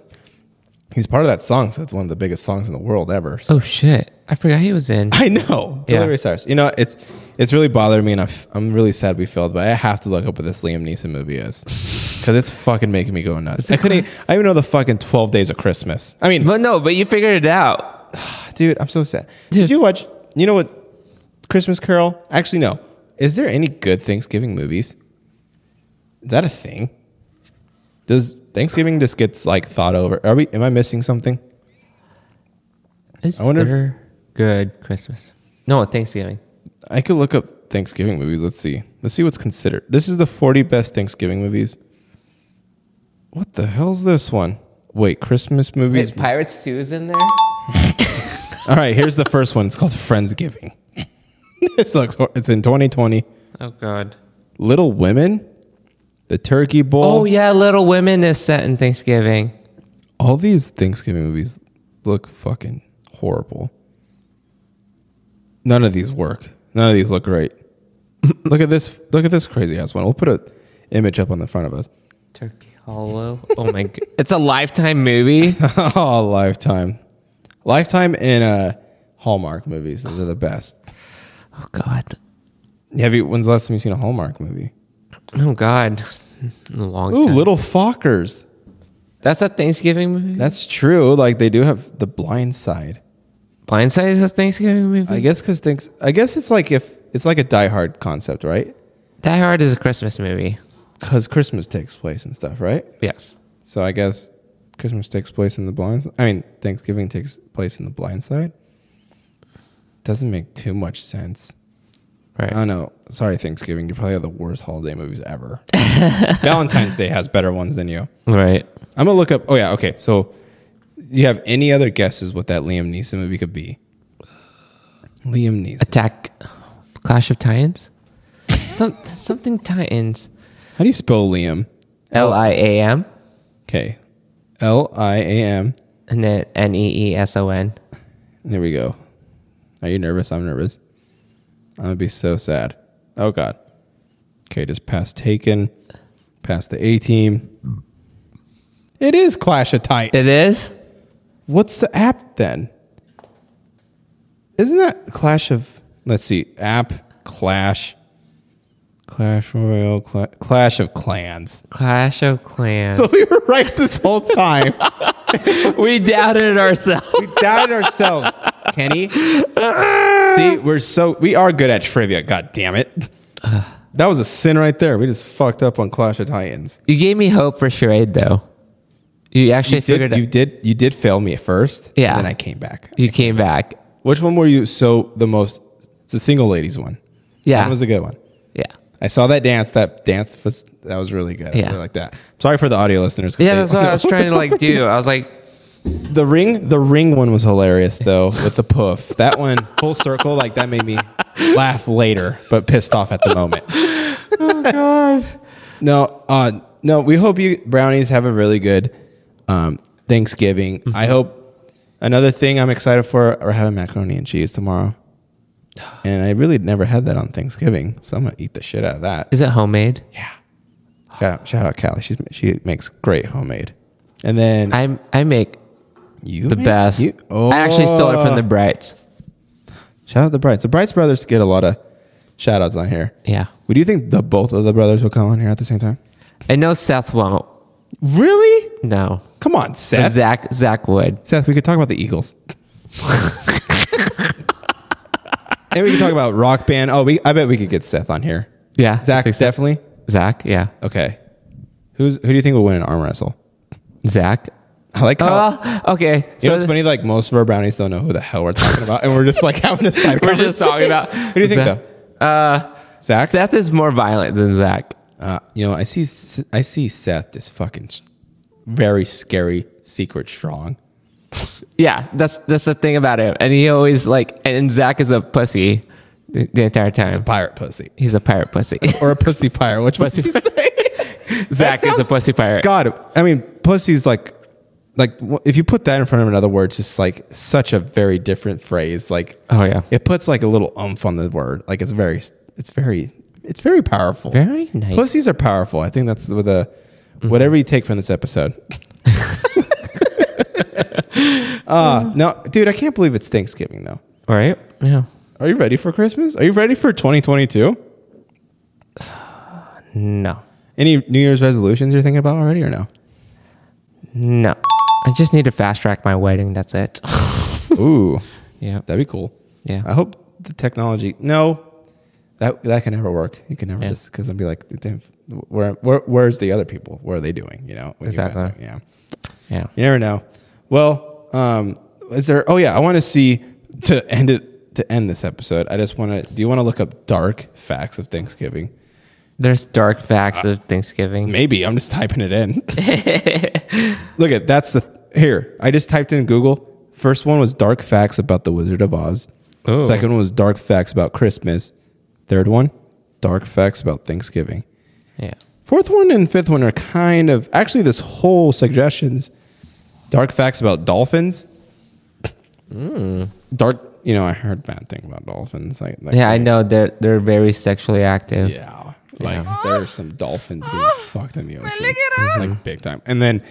S1: He's part of that song, so it's one of the biggest songs in the world ever. So
S2: oh shit I forgot he was in
S1: I know. Billy
S2: Yeah.
S1: Ray Cyrus. You know, it's it's really bothered me, and I'm, I'm really sad we failed. But I have to look up what this Liam Neeson movie is because it's fucking making me go nuts. I couldn't. e, I even know the fucking Twelve Days of Christmas. I mean,
S2: but no but you figured it out
S1: dude, I'm so sad.
S2: Dude.
S1: Did you watch? You know what? Christmas Carol. Actually, no. Is there any good Thanksgiving movies? Is that a thing? Does Thanksgiving just gets like thought over? Are we? Am I missing something?
S2: Is
S1: I wonder if-
S2: there good Christmas no Thanksgiving
S1: I could look up Thanksgiving movies. Let's see. Let's see what's considered. This is the 40 best Thanksgiving movies. What the hell's this one? Wait, Christmas
S2: is
S1: movies.
S2: Pirates 2's in there
S1: All right, here's the first one. It's called Friendsgiving. it's looks. It's in 2020.
S2: oh god
S1: Little Women, The Turkey Bowl.
S2: oh yeah Little Women is set in Thanksgiving
S1: All these Thanksgiving movies look fucking horrible. None of these work. None of these look great. look at this. Look at this crazy ass one. We'll put a image up on the front of us.
S2: Turkey Hollow oh my god it's a lifetime movie
S1: oh, Lifetime. Lifetime and uh, Hallmark movies. Those are the best.
S2: oh god
S1: Have you? When's the last time you seen a Hallmark movie?
S2: oh god a long
S1: Ooh,
S2: time.
S1: Little Fockers.
S2: that's a Thanksgiving movie
S1: That's true. Like they do have The Blind Side.
S2: Blindside is a Thanksgiving movie
S1: I guess because things. I guess it's like if it's like a Die Hard concept, right?
S2: Die Hard is a Christmas movie
S1: Because Christmas takes place and stuff, right?
S2: yes
S1: So I guess Christmas takes place in the blind. si- I mean, Thanksgiving takes place in the blind side. Doesn't make too much sense.
S2: right
S1: Oh no, sorry, Thanksgiving. You probably have the worst holiday movies ever. Valentine's Day has better ones than you.
S2: right
S1: I'm gonna look up. Oh yeah, okay. So, you have any other guesses what that Liam Neeson movie could be? Liam Neeson.
S2: Attack Clash of Titans Some, something Titans
S1: How do you spell Liam?
S2: L I A M
S1: Okay, L I A M.
S2: and then N E E S O N.
S1: There we go. Are you nervous? I'm nervous. I'm gonna be so sad. Oh god. Okay, just past Taken, past the A team. It is Clash of Titans.
S2: It is.
S1: What's the app then? Isn't that Clash of? Let's see, app Clash, Clash Royale, Cla- Clash of Clans.
S2: Clash of Clans.
S1: So we were right this whole time.
S2: we doubted ourselves.
S1: We doubted ourselves, Kenny. See, we're so we are good at trivia. God damn it! That was a sin right there. We just fucked up on Clash of Titans.
S2: You gave me hope for charade, though. You actually
S1: You
S2: figured
S1: did, you
S2: it
S1: did you did fail me at first.
S2: Yeah.
S1: and then I came back.
S2: you came back.
S1: Which one were you so the most? It's the single ladies one.
S2: Yeah.
S1: that was a good one.
S2: yeah.
S1: I saw that dance. That dance was that was really good.
S2: Yeah.
S1: I really like that. Sorry for the audio listeners. 'cause
S2: Yeah,
S1: they
S2: that's
S1: don't
S2: what I
S1: know
S2: was trying to
S1: the
S2: like
S1: fuck-
S2: do. I was like,
S1: The ring, the ring one was hilarious though with the poof. That one full circle, like that made me laugh later, but pissed off at the moment. oh God. No, uh, no. We hope you brownies have a really good um, Thanksgiving.
S2: Mm-hmm.
S1: I hope another thing I'm excited for are having macaroni and cheese tomorrow. And I really never had that on Thanksgiving, so I'm gonna eat the shit out of that.
S2: is it homemade?
S1: Yeah. Shout out, shout out Callie. She's she makes great homemade. And then
S2: I I make
S1: You
S2: the
S1: made-
S2: best.
S1: you-
S2: I actually stole it from the
S1: Oh.
S2: Brights.
S1: Shout out the Brights. The Brights brothers get a lot of shout outs on here.
S2: Yeah.
S1: Would you think the both of the brothers will come on here at the same time?
S2: I know Seth won't.
S1: Really?
S2: No.
S1: Come on, Seth.
S2: Zach Zach would.
S1: Seth, we could talk about the Eagles. and we could talk about rock band. Oh, we I bet we could get Seth on here.
S2: Yeah.
S1: Zach definitely.
S2: Zach, yeah.
S1: Okay. Who's who do you think will win an arm wrestle?
S2: Zach.
S1: I like how
S2: Uh, okay.
S1: Oh. you know,
S2: So
S1: it's funny. Like most of our brownies don't know who the hell we're talking about, and we're just like having a side.
S2: We're just talking
S1: conversation.
S2: about
S1: Who do you think
S2: Zach.
S1: though? Uh, Zach.
S2: Seth is more violent than Zach.
S1: Uh, you know, I see. S- I see Seth just fucking s- very scary, secret, strong.
S2: Yeah, that's that's the thing about him. And he always like and Zach is a pussy the, the entire time.
S1: pirate pussy
S2: He's a pirate pussy.
S1: or a pussy pirate. Which pussy?
S2: Pussy Zach is a
S1: sounds-
S2: pussy pirate.
S1: God, I mean, pussy's like, like wh- if you put that in front of another word, it's just like such a very different phrase. Like,
S2: Oh yeah.
S1: it puts like a little umph on the word. Like it's very, it's very, it's very powerful.
S2: Very nice.
S1: Pussies are powerful. I think that's with a
S2: Mm-hmm.
S1: whatever you take from this episode. uh, no, dude, I can't believe it's Thanksgiving though.
S2: All right. Yeah.
S1: Are you ready for Christmas? Are you ready for 2022?
S2: No.
S1: Any New Year's resolutions you're thinking about already or no?
S2: No. I just need to fast track my wedding. That's it.
S1: Ooh,
S2: yeah.
S1: that'd be cool.
S2: Yeah.
S1: I hope the technology. No, that that can never work. You can never
S2: Yeah.
S1: just because I'd be like, "Damn, where, where where's the other people? What are they doing? You know? when you guys-
S2: Exactly.
S1: Yeah.
S2: Yeah.
S1: You never know. Well, um, is there? Oh yeah, I want to see to end it to end this episode. I just want to. Do you want to look up dark facts of Thanksgiving?
S2: There's dark facts of Thanksgiving.
S1: Maybe I'm just typing it in. Look at that's the here. I just typed in Google. First one was dark facts about the Wizard of Oz.
S2: Oh.
S1: Second one was dark facts about Christmas. Third one, dark facts about Thanksgiving.
S2: Yeah.
S1: Fourth one and fifth one are kind of actually this whole suggestions. Dark facts about dolphins.
S2: Hmm.
S1: Dark, you know, I heard bad thing about dolphins. Like, like
S2: Yeah, I know they're they're very sexually active.
S1: yeah. Like
S2: Yeah.
S1: there are some dolphins getting fucked in the ocean. Like big time. And then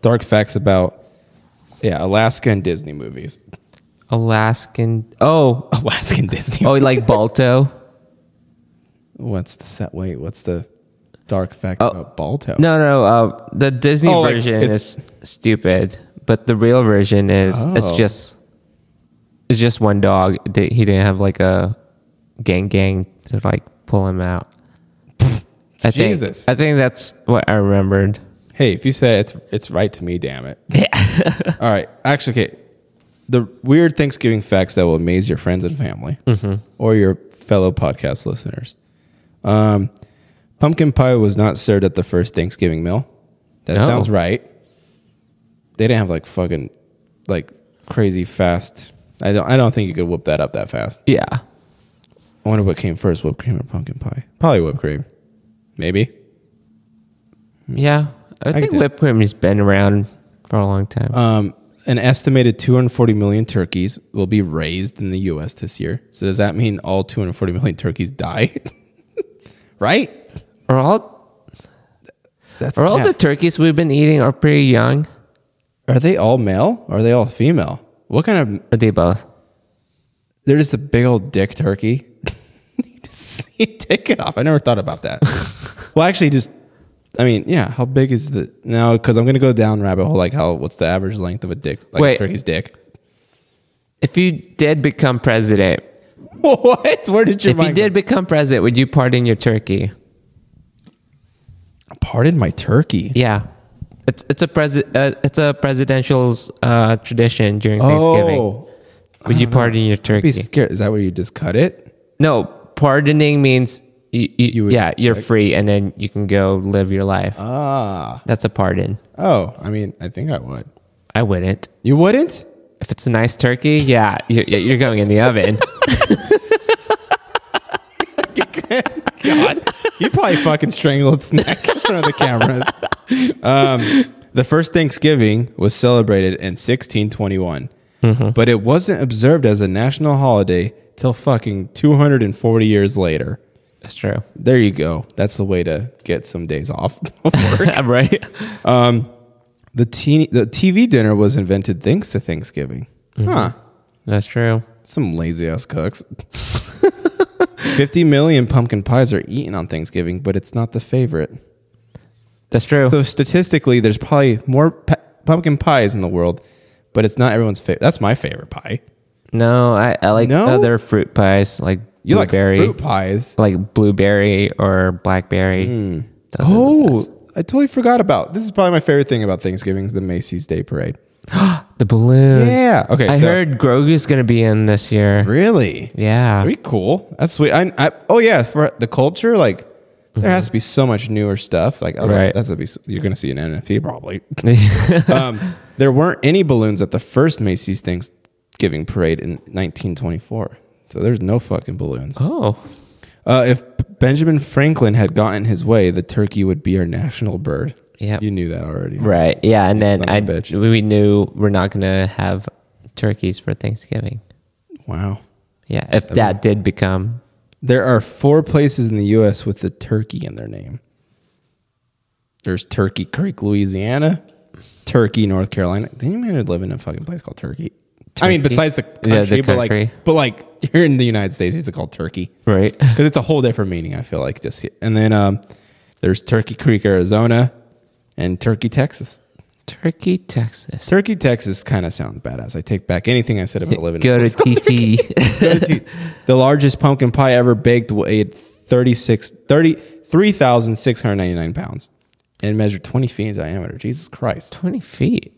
S1: dark facts about yeah, Alaska and Disney movies.
S2: Alaskan. Oh,
S1: Alaskan Disney.
S2: oh,
S1: movies.
S2: like Balto.
S1: what's the set? Wait, what's the dark fact
S2: Oh.
S1: about Balto?
S2: No, no. Uh, the Disney
S1: Oh, like,
S2: version
S1: it's-
S2: is stupid, but the real version is it's
S1: Oh.
S2: just it's just one dog. They- He didn't have like a gang gang to like pull him out. I think,
S1: Jesus.
S2: I think that's what I remembered.
S1: Hey, if you say it's it's right to me, damn it.
S2: Yeah.
S1: All right. Actually, okay. The weird Thanksgiving facts that will amaze your friends and family
S2: Mm-hmm.
S1: or your fellow podcast listeners. Um, pumpkin pie was not served at the first Thanksgiving meal. That
S2: No.
S1: sounds right. They didn't have like fucking like crazy fast. I don't. I don't think you could whip that up that fast.
S2: yeah.
S1: I wonder what came first: whipped cream or pumpkin pie? Probably whipped cream. Maybe.
S2: Yeah. I, think
S1: do-
S2: whipped cream has been around for a long time.
S1: Um, an estimated 240 million turkeys will be raised in the U.S. this year. So does that mean all 240 million turkeys die? right?
S2: are all
S1: That's
S2: are all
S1: yeah.
S2: the turkeys we've been eating are pretty young?
S1: are they all male? Or are they all female? What kind of?
S2: Or they both?
S1: They're just a big old dick turkey. You just Take it off. I never thought about that. well, actually, just I mean, yeah. How big is the no? Because I'm gonna go down rabbit hole. Like, how? What's the average length of a dick? Like
S2: Wait.
S1: a turkey's dick?
S2: If you did become president,
S1: what? Where did your
S2: if you
S1: mind? go?
S2: did become president, would you pardon your turkey?
S1: Pardon my turkey.
S2: Yeah, it's it's a pres uh, it's a presidential's uh, tradition during Thanksgiving.
S1: Oh,
S2: Would you pardon your
S1: I'd be
S2: turkey?
S1: scared. Is that where you just cut it?
S2: No, pardoning means you, you,
S1: You would-
S2: yeah you're free and then you can go live your life.
S1: Ah.
S2: That's a pardon.
S1: Oh, I mean, I think I would.
S2: I wouldn't.
S1: You wouldn't?
S2: If it's a nice turkey, yeah, you're, you're going in the oven.
S1: God, you probably fucking strangled its neck in front of the cameras. Um, the first Thanksgiving was celebrated in 1621, but it wasn't observed as a national holiday till fucking 240 years later.
S2: That's true,
S1: There you go. That's the way to get some days off.
S2: right?
S1: Um, the teen, the TV dinner was invented thanks to Thanksgiving. Huh.
S2: That's true.
S1: Some lazy ass cooks. 50 million pumpkin pies are eaten on Thanksgiving, but it's not the favorite.
S2: That's true.
S1: So statistically, there's probably more pa- pumpkin pies in the world, but it's not everyone's favorite. That's my favorite pie.
S2: no, I, I like
S1: No?
S2: other fruit pies like
S1: You like
S2: blueberry,
S1: fruit pies?
S2: like blueberry or blackberry. Those are the
S1: Oh, I totally forgot about. This is probably my favorite thing about Thanksgiving is the Macy's Day Parade.
S2: The balloons.
S1: Yeah. Okay.
S2: I
S1: so-
S2: heard Grogu's gonna be in this year.
S1: Really?
S2: Yeah.
S1: That'd be cool. That's sweet. I, I oh yeah, for the culture, like there has to be so much newer stuff. Like oh,
S2: Mm-hmm. Right.
S1: that's gonna be s- you're gonna see an NFT probably. um, there weren't any balloons at the first Macy's Thanksgiving parade in 1924, so there's no fucking balloons.
S2: oh.
S1: Uh, if Benjamin Franklin had gotten his way, the turkey would be our national bird.
S2: Yep.
S1: you knew that already.
S2: Right. Yeah. And then
S1: son of a
S2: I
S1: bitch.
S2: we knew we're not gonna have turkeys for Thanksgiving.
S1: Wow.
S2: Yeah. If that did become
S1: There are four places in the U.S. with the turkey in their name. There's Turkey Creek, Louisiana, Turkey, North Carolina. Can you imagine living in a fucking place called Turkey? I mean,
S2: Turkey?
S1: besides the country,
S2: Yeah, the country.
S1: but like, but like, here in the United States, it's called Turkey
S2: right.
S1: because it's a whole different meaning. I feel like this. And then um, there's Turkey Creek, Arizona, and Turkey, Texas.
S2: Turkey, Texas.
S1: Turkey, Texas, kind of sounds badass. I take back anything I said about living. in a
S2: Go to
S1: place called Turkey.
S2: TT.
S1: the largest pumpkin pie ever baked weighed 36 30 3,699 pounds and measured 20 feet in diameter. Jesus Christ.
S2: Twenty feet.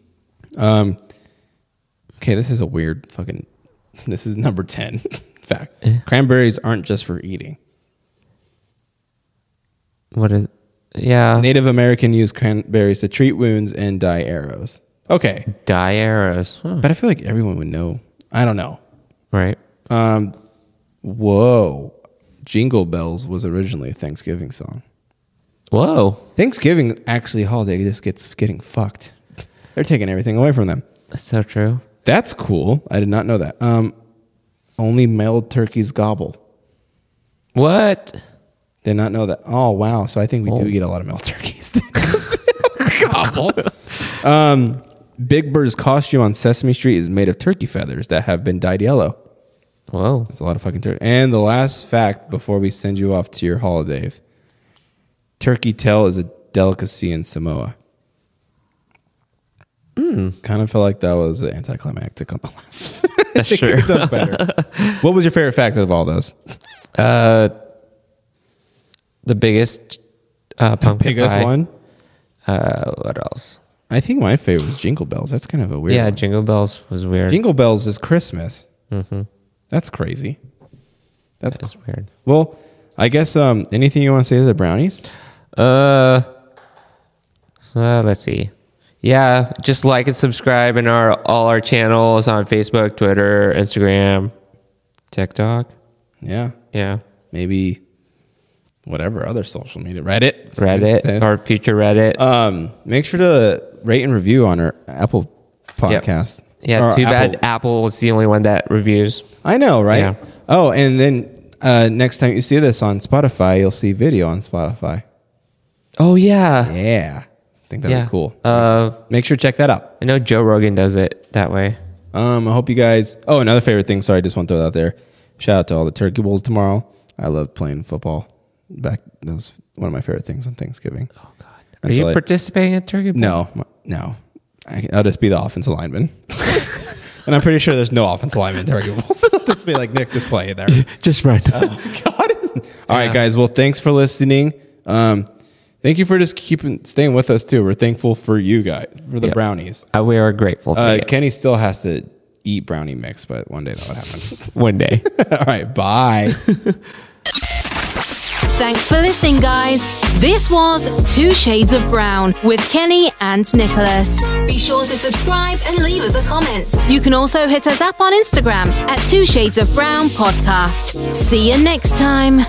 S1: Um, okay, this is a weird fucking. This is number 10 fact. Cranberries aren't just for eating.
S2: What is? Yeah.
S1: Native American used cranberries to treat wounds and dye arrows. Okay,
S2: Die arrows. Huh.
S1: but I feel like everyone would know. I don't know.
S2: Right.
S1: Um, whoa. Jingle Bells was originally a Thanksgiving song.
S2: Whoa.
S1: Thanksgiving actually a holiday just gets getting fucked. They're taking everything away from them.
S2: That's so true.
S1: That's cool. I did not know that. Um, only male turkeys gobble.
S2: What?
S1: Did not know that. Oh wow! So I think we
S2: Oh.
S1: do get a lot of male turkeys. gobble. Um, Big Bird's costume on Sesame Street is made of turkey feathers that have been dyed yellow.
S2: Whoa.
S1: That's a lot of fucking turkey. And the last fact before we send you off to your holidays: turkey tail is a delicacy in Samoa.
S2: Hmm.
S1: Kind of felt like that was anticlimactic on the last.
S2: That's true.
S1: Could have done better. what was your favorite fact out of all those?
S2: Uh, the biggest uh, pumpkin
S1: Biggest
S2: pie.
S1: one.
S2: Uh, what else?
S1: I think my favorite was Jingle Bells. That's kind of a weird.
S2: yeah,
S1: one.
S2: Jingle Mm-hmm. Bells was weird.
S1: Jingle Bells is Christmas. That's crazy. That's
S2: That's weird.
S1: well. I guess um, anything you want to say to the brownies?
S2: Uh, so let's see. Yeah, just like and subscribe in our all our channels on Facebook, Twitter, Instagram, TikTok.
S1: Yeah,
S2: Yeah,
S1: maybe whatever other social media, Reddit,
S2: Reddit, our future Reddit.
S1: um, make sure to rate and review on our Apple
S2: Yep.
S1: podcast.
S2: Yeah,
S1: Or
S2: too
S1: Apple-
S2: bad Apple is the only one that reviews.
S1: I know, right?
S2: Yeah.
S1: Oh, and then uh, next time you see this on Spotify, you'll see video on Spotify.
S2: Oh yeah,
S1: Yeah, I think that'd
S2: yeah,
S1: be cool.
S2: Uh,
S1: Make sure to check that out.
S2: I know Joe Rogan does it that way.
S1: Um, I hope you guys. Oh, another favorite thing. Sorry, I just want to throw that out there. Shout out to all the turkey bowls tomorrow. I love playing football. Back that was one of my favorite things on Thanksgiving. Oh God,
S2: Are you participating in Turkey? Bowl?
S1: No, m- no. I, I'll just be the offensive lineman. and I'm pretty sure there's no offensive lineman in Turkey Bowls. I'll just be like, Nick, just play it there. Oh,
S2: just right now.
S1: God. All right, guys. Well, thanks for listening. Um, thank you for just keeping staying with us too. We're thankful for you guys for the
S2: Yep.
S1: brownies.
S2: Uh, we are grateful for
S1: Uh,
S2: you.
S1: Kenny still has to eat brownie mix, but one day that would happen.
S2: One day.
S1: All right, bye.
S3: Thanks for listening, guys. This was Two Shades of Brown with Kenny and Nicholas. Be sure to subscribe and leave us a comment. You can also hit us up on Instagram at Two Shades of Brown Podcast. See you next time.